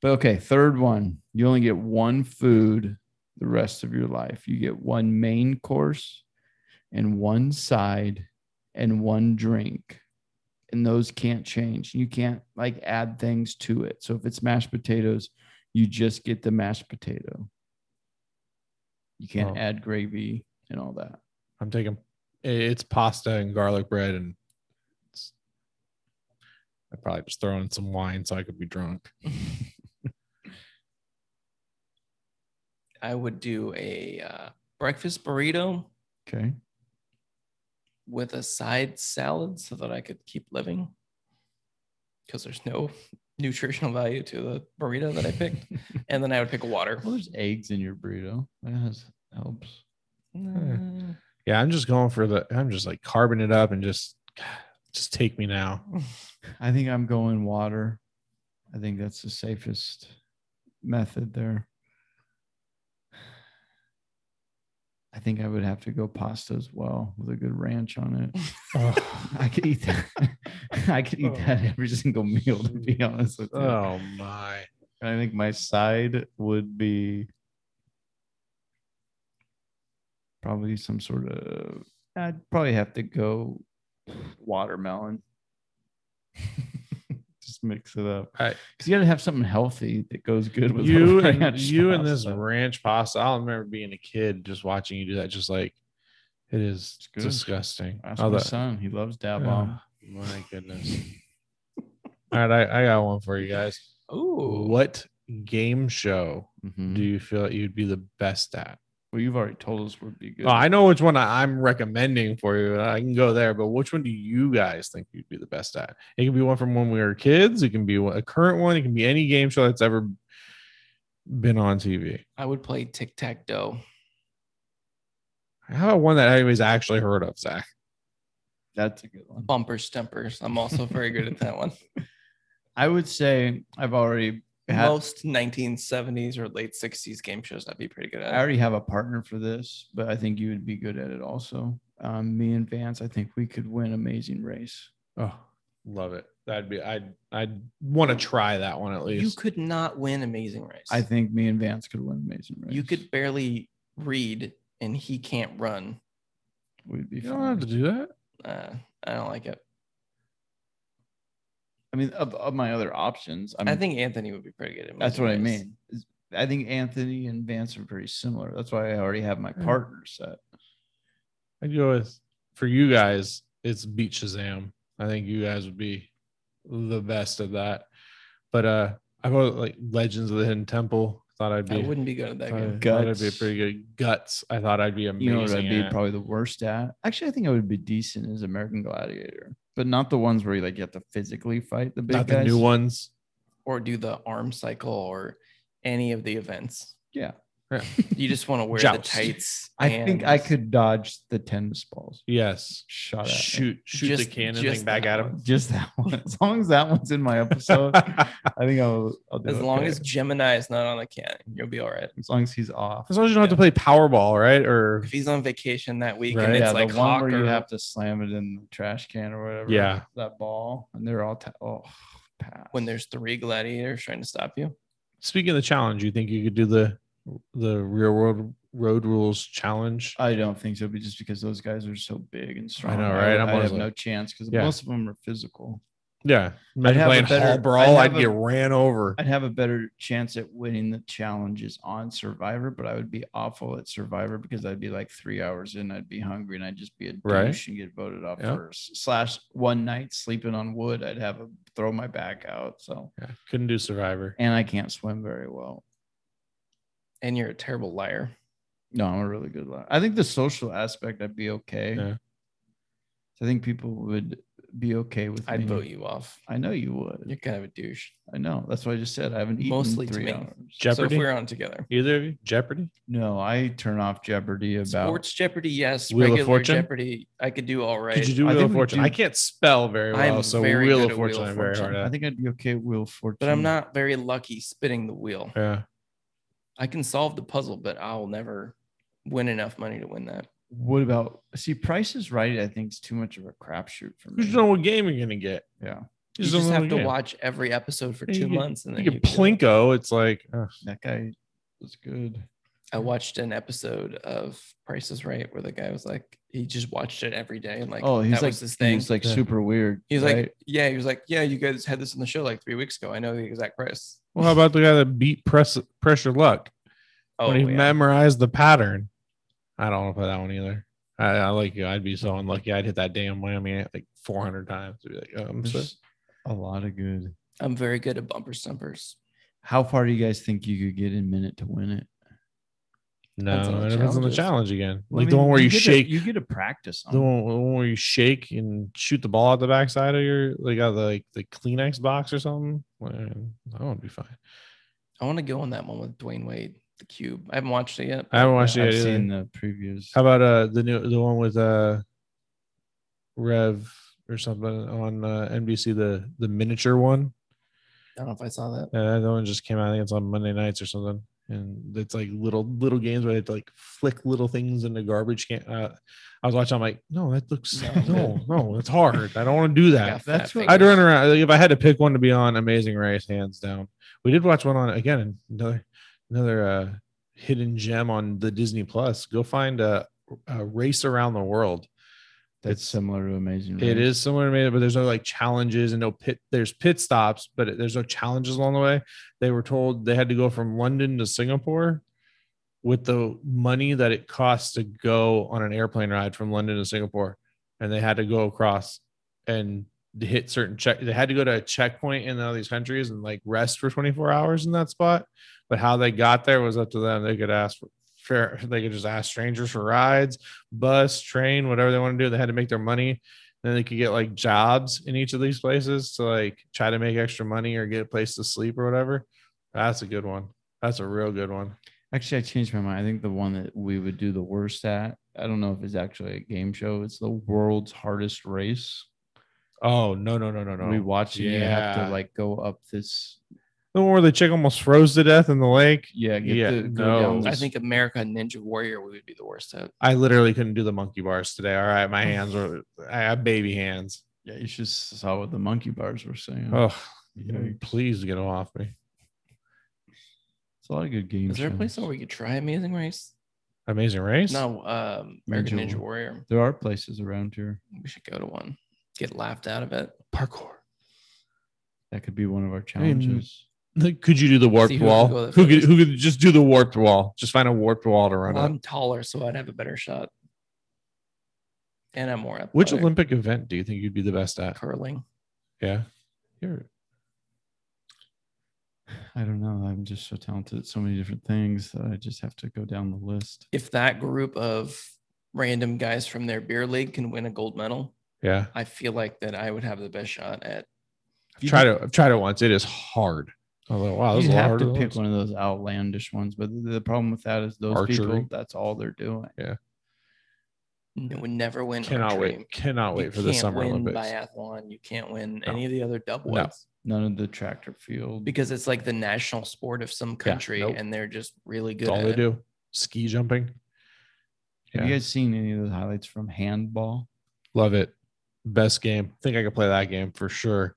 B: But okay, third one. You only get one food the rest of your life. You get one main course and one side and one drink. And those can't change. You can't like add things to it. So if it's mashed potatoes, you just get the mashed potato. You can't
C: Wow.
B: add gravy and all that.
C: I'm taking it's pasta and garlic bread, and it's, I'd probably just throw in some wine so I could be drunk.
E: I would do a uh, breakfast burrito
B: Okay.
E: with a side salad so that I could keep living because there's no nutritional value to the burrito that I picked. and then I would pick water.
B: Well, there's eggs in your burrito. That has, helps.
E: Mm.
C: Yeah, I'm just going for the. I'm just like carbon it up and just, just take me now.
B: I think I'm going water. I think that's the safest method there. I think I would have to go pasta as well with a good ranch on it.
C: oh,
B: I could eat that. I could eat that every single meal, to be honest with
C: Oh,
B: you.
C: my!
B: I think my side would be probably some sort of. I'd probably have to go watermelon. Just mix it up
C: I-
B: because you got to have something healthy that goes good with
C: You
B: the
C: and
B: ranch
C: you and this
B: pasta.
C: ranch pasta. I remember being a kid just watching you do that. Just like it is
B: It's good.
C: disgusting.
B: Ask
C: Oh,
B: my
C: that-
B: son. He loves dab
C: oh,
B: bomb.
C: my goodness! All right, I, I got one for you guys.
E: Ooh.
C: What game show
B: Mhm.
C: do you feel that you'd be the best at?
B: Well, you've already told us would be good.
C: Oh, I know which one I- I'm recommending for you. and I can go there, but which one do you guys think you'd be the best at? It can be one from when we were kids. It can be one- a current one. It can be any game show that's ever been on TV?
A: I would play tic tac toe.
C: How about one that anybody's actually heard of, Zach?
B: That's a good one.
A: Bumper stumpers. I'm also very good at that one.
B: I would say I've already had,
A: Most 1970s or late 60s game shows I'd be pretty good
B: I
A: at.
B: already have a partner for this, but I think you would be good at it also. Um, me and Vance, I think we could win Amazing Race.
C: Oh, love it. That'd be I'd I'd want to try that one at
A: You
C: least.
A: could not win Amazing Race.
B: I think me and Vance could win Amazing Race.
A: you could barely read and he can't run.
B: We'd be
C: You don't have
B: fine.
C: to do that.
A: Uh, I don't like it.
B: I mean, of, of my other options, I, mean,
A: I think Anthony would be pretty good at
B: Um, that's
A: Amazing
B: what I
A: Race.
B: mean. is- I think Anthony and Vance are pretty similar. That's why I already have
C: Hmm.
B: my partner set.
C: I'd go with for you guys, it's Beat Shazam. I think you guys would be the best at that. But uh I vote like Legends of the Hidden Temple. Thought I'd be
A: I wouldn't be good at that
C: thought,
A: game.
C: I thought I'd be
B: Guts.
C: pretty good. Guts. I thought I'd be amazing.
B: You know what I'd be
C: at.
B: probably the worst at? Actually, I think I would be decent as American Gladiator, but not the ones where you like you have to physically fight the big
C: Not
B: guys.
C: the new ones.
A: Or do the arm cycle or any of the events.
B: Yeah.
C: Yeah.
A: You just want to wear the
C: Joust.
A: tights.
B: I think I
A: and-
B: could dodge the tennis balls
C: Yes.
B: shot at me.
C: Shoot shoot the
A: Just-
C: cannon
A: just
C: thing back
A: that
C: at
A: one.
C: him.
B: Just that one. As long as that one's in my episode, I think I'll. I'll do
A: As long
B: okay.
A: as Gemini is not on the cannon, you'll be all right.
B: as long as he's off.
C: As long as you don't have to play Powerball, right? Or
A: If he's on vacation that week
C: Right.
A: and it's
B: yeah,
A: like
B: the one
A: Hawk
B: where
A: or
B: you have to slam it in the trash can or whatever.
C: Yeah.
B: that ball, and they're all ta- oh, pass.
A: when there's three gladiators trying to stop you.
C: speaking of the challenge, you think you could do the the real world road rules challenge?
B: I don't think so, but just because those guys are so big and strong,
C: know,
B: I,
C: right? I'm
B: I
C: always
B: have
C: like-
B: no chance because
C: Yeah.
B: most of them are physical.
C: Yeah. Imagine
B: have a
C: playing
B: better-
C: Hall Brawl.
B: I'd
C: I'd,
B: have
C: get
B: a-
C: ran over.
B: I'd have a better chance at winning the challenges on Survivor, but I would be awful at Survivor because I'd be like three hours in, I'd be hungry, and I'd just be a douche
C: Right.
B: and get voted off
C: Yeah.
B: first. Slash one night sleeping on wood, I'd have a throw my back out. So,
C: Yeah, Couldn't do Survivor.
B: and I can't swim very well.
A: And you're a terrible liar.
B: No, I'm a really good liar. I think the social aspect, I'd be okay.
C: Yeah.
B: I think people would be okay with.
A: I'd
C: Mm-hmm.
B: me.
A: vote you off.
B: I know you would.
A: You're kind of a douche.
B: I know. That's what I just said. I haven't eaten
A: Mostly
B: mostly
A: to
B: three
A: me.
B: hours.
A: So
C: Jeopardy.
A: if we're on together.
C: Either of you? Jeopardy.
B: no, I turn off Jeopardy about.
A: Sports Jeopardy, yes.
C: Wheel of
A: Regular
C: Fortune?
A: Jeopardy, I could do all right.
C: Could you do
B: I
C: Wheel
B: think
C: of
B: we
C: Fortune?
B: do-
C: I can't spell very
A: I'm
C: well, so
A: very
C: Wheel
A: good
C: of
A: at Wheel
C: Fortune.
A: of
C: I'm very
A: Fortune.
C: hard
B: I
C: at.
B: think I'd be okay. with Wheel of Fortune.
A: but I'm not very lucky spinning the wheel.
C: Yeah.
A: I can solve the puzzle, but I'll never win enough money to win that.
B: What about? See, Price is Right. I think it's too much of a crapshoot for
C: You
B: me.
C: just don't know what game you're gonna get.
B: yeah,
A: You
C: don't
A: just
C: know
A: have
C: what
A: to
C: game.
A: watch every episode for
C: Yeah,
A: two
C: you can-
A: months, and then
C: You
A: you
C: get
A: can do it.
C: Plinko. It's like ugh,
B: that guy was good.
A: I watched an episode of Price is Right where the guy was like, he just watched it every day, and like,
B: oh, he's
A: that
B: like
A: was his thing.
B: He's like
C: Yeah.
B: super weird.
A: He's
B: right?
A: like, yeah, he was like, yeah, you guys had this on the show like three weeks ago. I know the exact price.
C: well, how about the guy that beat press pressure luck
A: Oh,
C: when he
A: yeah.
C: memorized the pattern? I don't want to play that one either. I, I like you. I'd be so unlucky. I'd hit that damn whammy like 400 times. I'd be like, oh, I'm so
B: There's a lot of good.
A: I'm very good at bumper stumpers.
B: How far do you guys think you could get in minute to win it?
C: no.
A: Depends on the
C: It depends on the
A: challenges.
C: challenge again.
B: Well, I
C: Like the
B: mean,
C: one where you
B: get a-
C: shake.
B: you get a practice. On
C: The
B: it.
C: one, the one where you shake and shoot the ball out the backside of your like out of the, like the Kleenex box or something. Man, that would be fine.
A: I want to go on that one with Dwayne Wade, the Cube. I haven't watched it yet.
C: I haven't watched
B: I've
C: it yet.
B: seen
C: either.
B: the previews.
C: How about uh the new the one with uh Rev or something on uh, NBC the the miniature one?
A: I don't know if I saw that.
C: Uh, that one just came out. I think it's on Monday nights or something. And it's like little little games where they have to like flick little things into garbage can. Uh, I was watching. I'm like, no, that looks
A: No.
C: no, no, it's hard. I don't want to do that.
A: Got
B: that's
A: fat
B: what-
C: I'd
A: fingers.
C: run around like, if I had to pick one to be on. Amazing Race, hands down. We did watch one on again another another uh, hidden gem on the Disney Plus. Go find a, a race around the world.
B: That's
C: It's-
B: similar to Amazing.
C: It
B: Race.
C: is similar to me, but there's no like challenges and no pit. There's pit stops, but it- there's no challenges along the way. They were told they had to go from London to Singapore with the money that it costs to go on an airplane ride from London to Singapore, and they had to go across and hit certain check. They had to go to a checkpoint in all these countries and like rest for 24 hours in that spot. But how they got there was up to them. They could ask for. Fair, they could just ask strangers for rides, bus, train, whatever they want to do. They had to make their money then they could get like jobs in each of these places to like try to make extra money or get a place to sleep or whatever. That's a good one. That's a real good one.
B: Actually, I changed my mind. I think the one that we would do the worst at, I don't know if it's actually a game show. It's the world's hardest race.
C: Oh no no no no no!
B: We watch and you have
C: Yeah.
B: to like go up this.
C: the one where the chick almost froze to death in the lake.
B: Yeah, get
C: Yeah,
B: to go
C: no.
B: down
A: I
B: this-
A: think America Ninja Warrior we would be the worst at.
C: I literally couldn't do the monkey bars today. All right, my hands were I have baby hands.
B: Yeah, you just saw what the monkey bars were saying.
C: Oh,
B: Yikes.
C: please get them off me.
B: It's a lot of good games.
A: Is there a place where we could try Amazing Race?
C: Amazing Race.
A: No, um, American
B: Ninja
A: Ninja
B: Warrior.
A: Warrior.
B: There are places around here.
A: We should go to one. Get laughed out of it.
C: parkour.
B: That could be one of our
C: mean,
B: challenges.
C: Could you do the warped
A: See who can
C: wall?
A: go the
C: Who could,
A: furthest.
C: who could just do the warped wall? Just find a warped wall to run
A: Well,
C: on.
A: I'm taller, so I'd have a better shot. And I'm more athletic.
C: Which Olympic event do you think you'd be the best at?
A: curling?
C: Yeah, you're
B: I don't know. I'm just so talented at so many different things that I just have to go down the list.
A: If that group of random guys from their beer league can win a gold medal,
C: yeah.
A: I feel like that I would have the best shot at.
C: I've tried it. I've tried it once. It is hard. I was like, Oh, wow, this
B: you
C: is a lot
B: have
C: harder
B: to
C: than
B: pick
C: it
B: one of those outlandish ones, but the the problem with that is those
C: Archery.
B: people. That's all they're doing.
C: Mm-hmm.
A: It would never win.
C: looks. Cannot
A: archery.
C: wait. Cannot wait
A: You
C: for the
A: can't
C: Summer
A: win
C: Olympics.
A: Biathlon. You can't win
C: No.
A: any of the other double
C: No.
A: ones
B: None of the tractor field.
A: because it's like the national sport of some country,
C: nope.
A: and they're just really good.
C: That's all
A: at
C: they
A: it.
C: do. Ski jumping.
B: Have you guys seen any of the highlights from handball?
C: Love it. Best game. Think I could play that game for sure.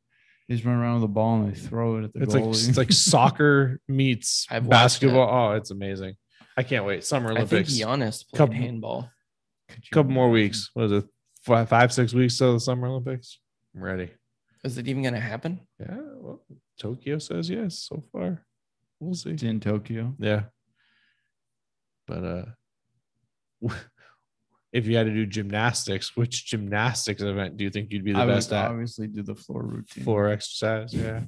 B: They just run around with the ball and they throw it at the
C: It's like
B: goalie.
C: it's like soccer meets
A: I've watched
C: basketball. Oh, it's amazing. I can't wait. Summer
A: I think
C: Olympics. A
A: Giannis played
C: Couple-
A: handball.
B: Could you
C: couple more
B: imagine?
C: weeks. What is it? Five, five, six weeks till the Summer Olympics. I'm ready.
A: Is it even going to happen?
C: Yeah. Well, Tokyo says yes so far. We'll see.
B: It's in Tokyo.
C: Yeah. But uh if you had to do gymnastics, which gymnastics event do you think you'd be the
B: I
C: best
B: would
C: at?
B: obviously do the floor routine.
C: Floor exercise, yeah.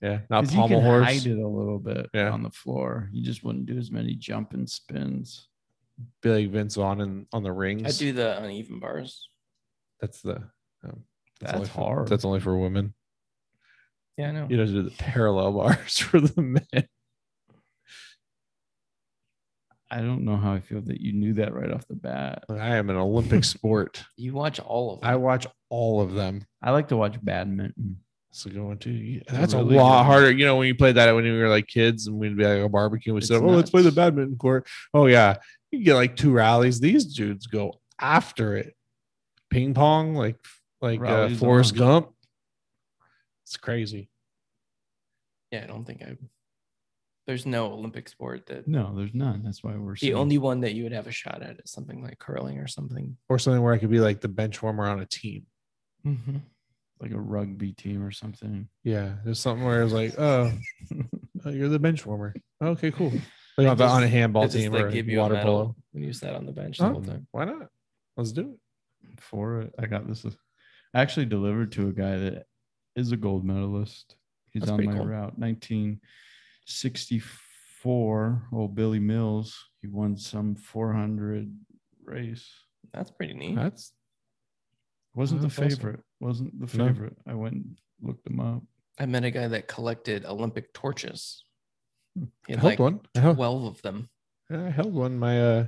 C: Yeah. Not
B: 'Cause you
C: pommel
B: can
C: horse.
B: Hide it a little bit
C: Yeah.
B: on the floor. You just wouldn't do as many jump and spins.
C: Be like Vince Vaughn and on the
A: I
C: rings.
A: do the uneven bars.
C: That's the um,
B: That's
C: only for-
B: hard.
C: That's only for women.
A: Yeah, I know.
C: You know, do the parallel bars for the men.
B: I don't know how I feel that you knew that right off the bat.
C: I am an Olympic sport.
A: You watch all of them.
C: I watch all of them.
B: I like to watch badminton.
C: So going to yeah, that's
B: really
C: a lot
B: good.
C: harder. You know, when you played that when we were like kids and we'd be at a barbecue, we
B: It's
C: said, "Oh, let's play the
B: nuts.
C: badminton court." Oh yeah, you get like two rallies. These dudes go after it. Ping pong, like like uh,
B: Rallies
C: Forrest
B: on.
C: Gump. It's crazy.
A: yeah, I don't think I. There's no Olympic sport that
B: No, there's none. That's why we're
A: the
B: saying-
A: only one that you would have a shot at is something like curling or something.
C: Or something where I could be like the bench warmer on a team.
B: like a rugby team or something.
C: Yeah, there's something where it's like, oh, oh, you're the bench warmer. Okay, cool. Like on, the-
A: just-
C: on a
A: They
C: handball
A: just,
C: team
A: like,
C: or a
A: give you a
C: water
A: medal
C: polo.
A: when you sat on the bench
C: Huh?
A: the whole time.
C: Why not? Let's do it.
B: For it, I got this. I actually delivered to a guy that is a gold medalist. He's
A: That's
B: on
A: pretty
B: my
A: cool.
B: route. 1964. Old Billy Mills. He won some 400 race.
A: That's pretty neat.
C: That's
B: Wasn't the
C: That's awesome.
B: favorite. Wasn't the
C: No.
B: favorite. I went and looked him up.
A: I met a guy that collected Olympic torches. He
C: Hmm. I
A: had
C: held
A: like
C: one. I held-
A: twelve of them.
C: Yeah, I held one. My uh,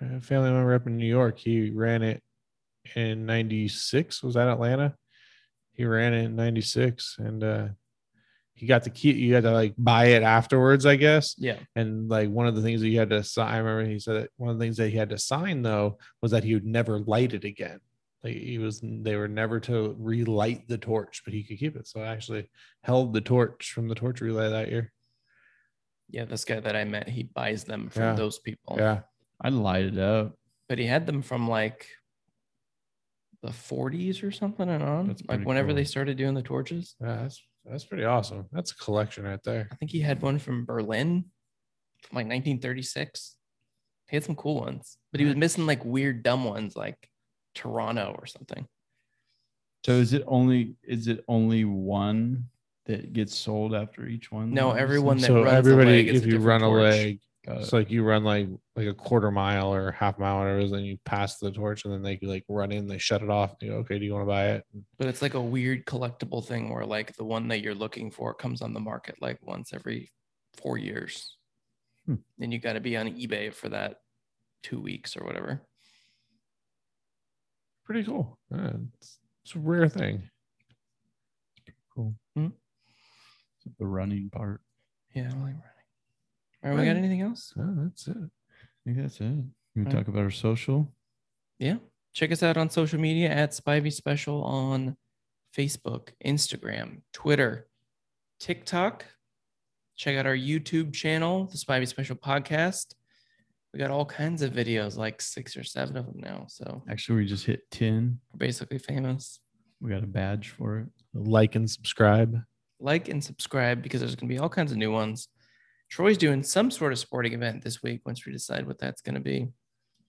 C: f- family member up in New York, he ran it in '96. Was that Atlanta? He ran it in '96, and uh, he got the key. You had to like buy it afterwards, I guess.
A: Yeah,
C: And like one of the things that you had to sign, I remember he said that one of the things that he had to sign though was that he would never light it again. Like he was, they were never to relight the torch, but he could keep it. So I actually held the torch from the torch relay that year.
A: yeah. This guy that I met, he buys them from
C: Yeah.
A: those people.
C: Yeah,
B: I light it up.
A: but he had them from like the 40s or something and on.
B: That's
A: like
B: pretty
A: whenever they
B: cool.
A: started doing the torches.
C: yeah that's that's pretty awesome. That's a collection right there.
A: I think he had one from Berlin, from like 1936. He had some cool ones, but he was missing like weird dumb ones like Toronto or something.
B: So is it only is it only one that gets sold after each one?
A: No,
B: that I
A: everyone
B: sent?
A: that
C: so
A: runs a
C: everybody
A: leg is
C: if
A: a
C: you run
A: different
C: a
A: torch.
C: leg
B: Got
C: it's
B: it.
C: like you run like like a quarter mile or half mile whatever it is, and you pass the torch and then they like run in they shut it off and you go okay do you want to buy it
A: But it's like a weird collectible thing where like the one that you're looking for comes on the market like once every four years.
B: Hmm.
A: And you got to be on eBay for that two weeks or whatever.
C: Pretty cool. Yeah, it's, it's a rare thing.
B: The running part.
A: Yeah, I'm like running. All right, we got
C: Right.
A: anything else?
C: So that's it.
B: I think that's it. You want
A: Right.
B: to talk about our social?
A: Yeah. Check us out on social media at Spivey Special on Facebook, Instagram, Twitter, TikTok. Check out our YouTube channel, the Spivey Special Podcast. We got all kinds of videos, like six or seven of them now. So
B: Actually, we just hit 10.
A: we're basically famous.
B: We got a badge for it.
C: Like and subscribe.
A: Like and subscribe because there's going to be all kinds of new ones. Troy's doing some sort of sporting event this week once we decide what that's going to be.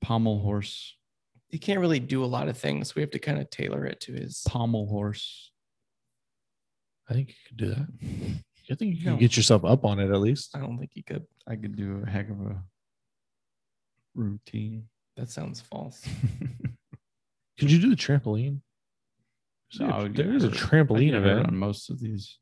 B: Pommel horse.
A: He can't really do a lot of things. We have to kind of tailor it to his.
B: Pommel horse.
C: I think you could do that. I think you can
A: No.
C: get yourself up on it at least.
A: I don't think he could.
B: I could do a heck of a routine.
A: That sounds false.
C: Could you do the trampoline? There's
B: No, I
C: a-
B: would
C: there is a
B: never-
C: trampoline
B: Oh, I could hurt
C: event.
B: on most of these.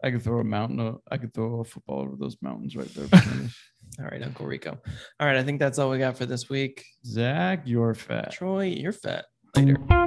B: I could throw a mountain. o- I could throw a football over those mountains right there. behind us.
A: All right, Uncle Rico. All right, I think that's all we got for this week.
B: Zach, you're fat.
A: Troy, you're fat. Later.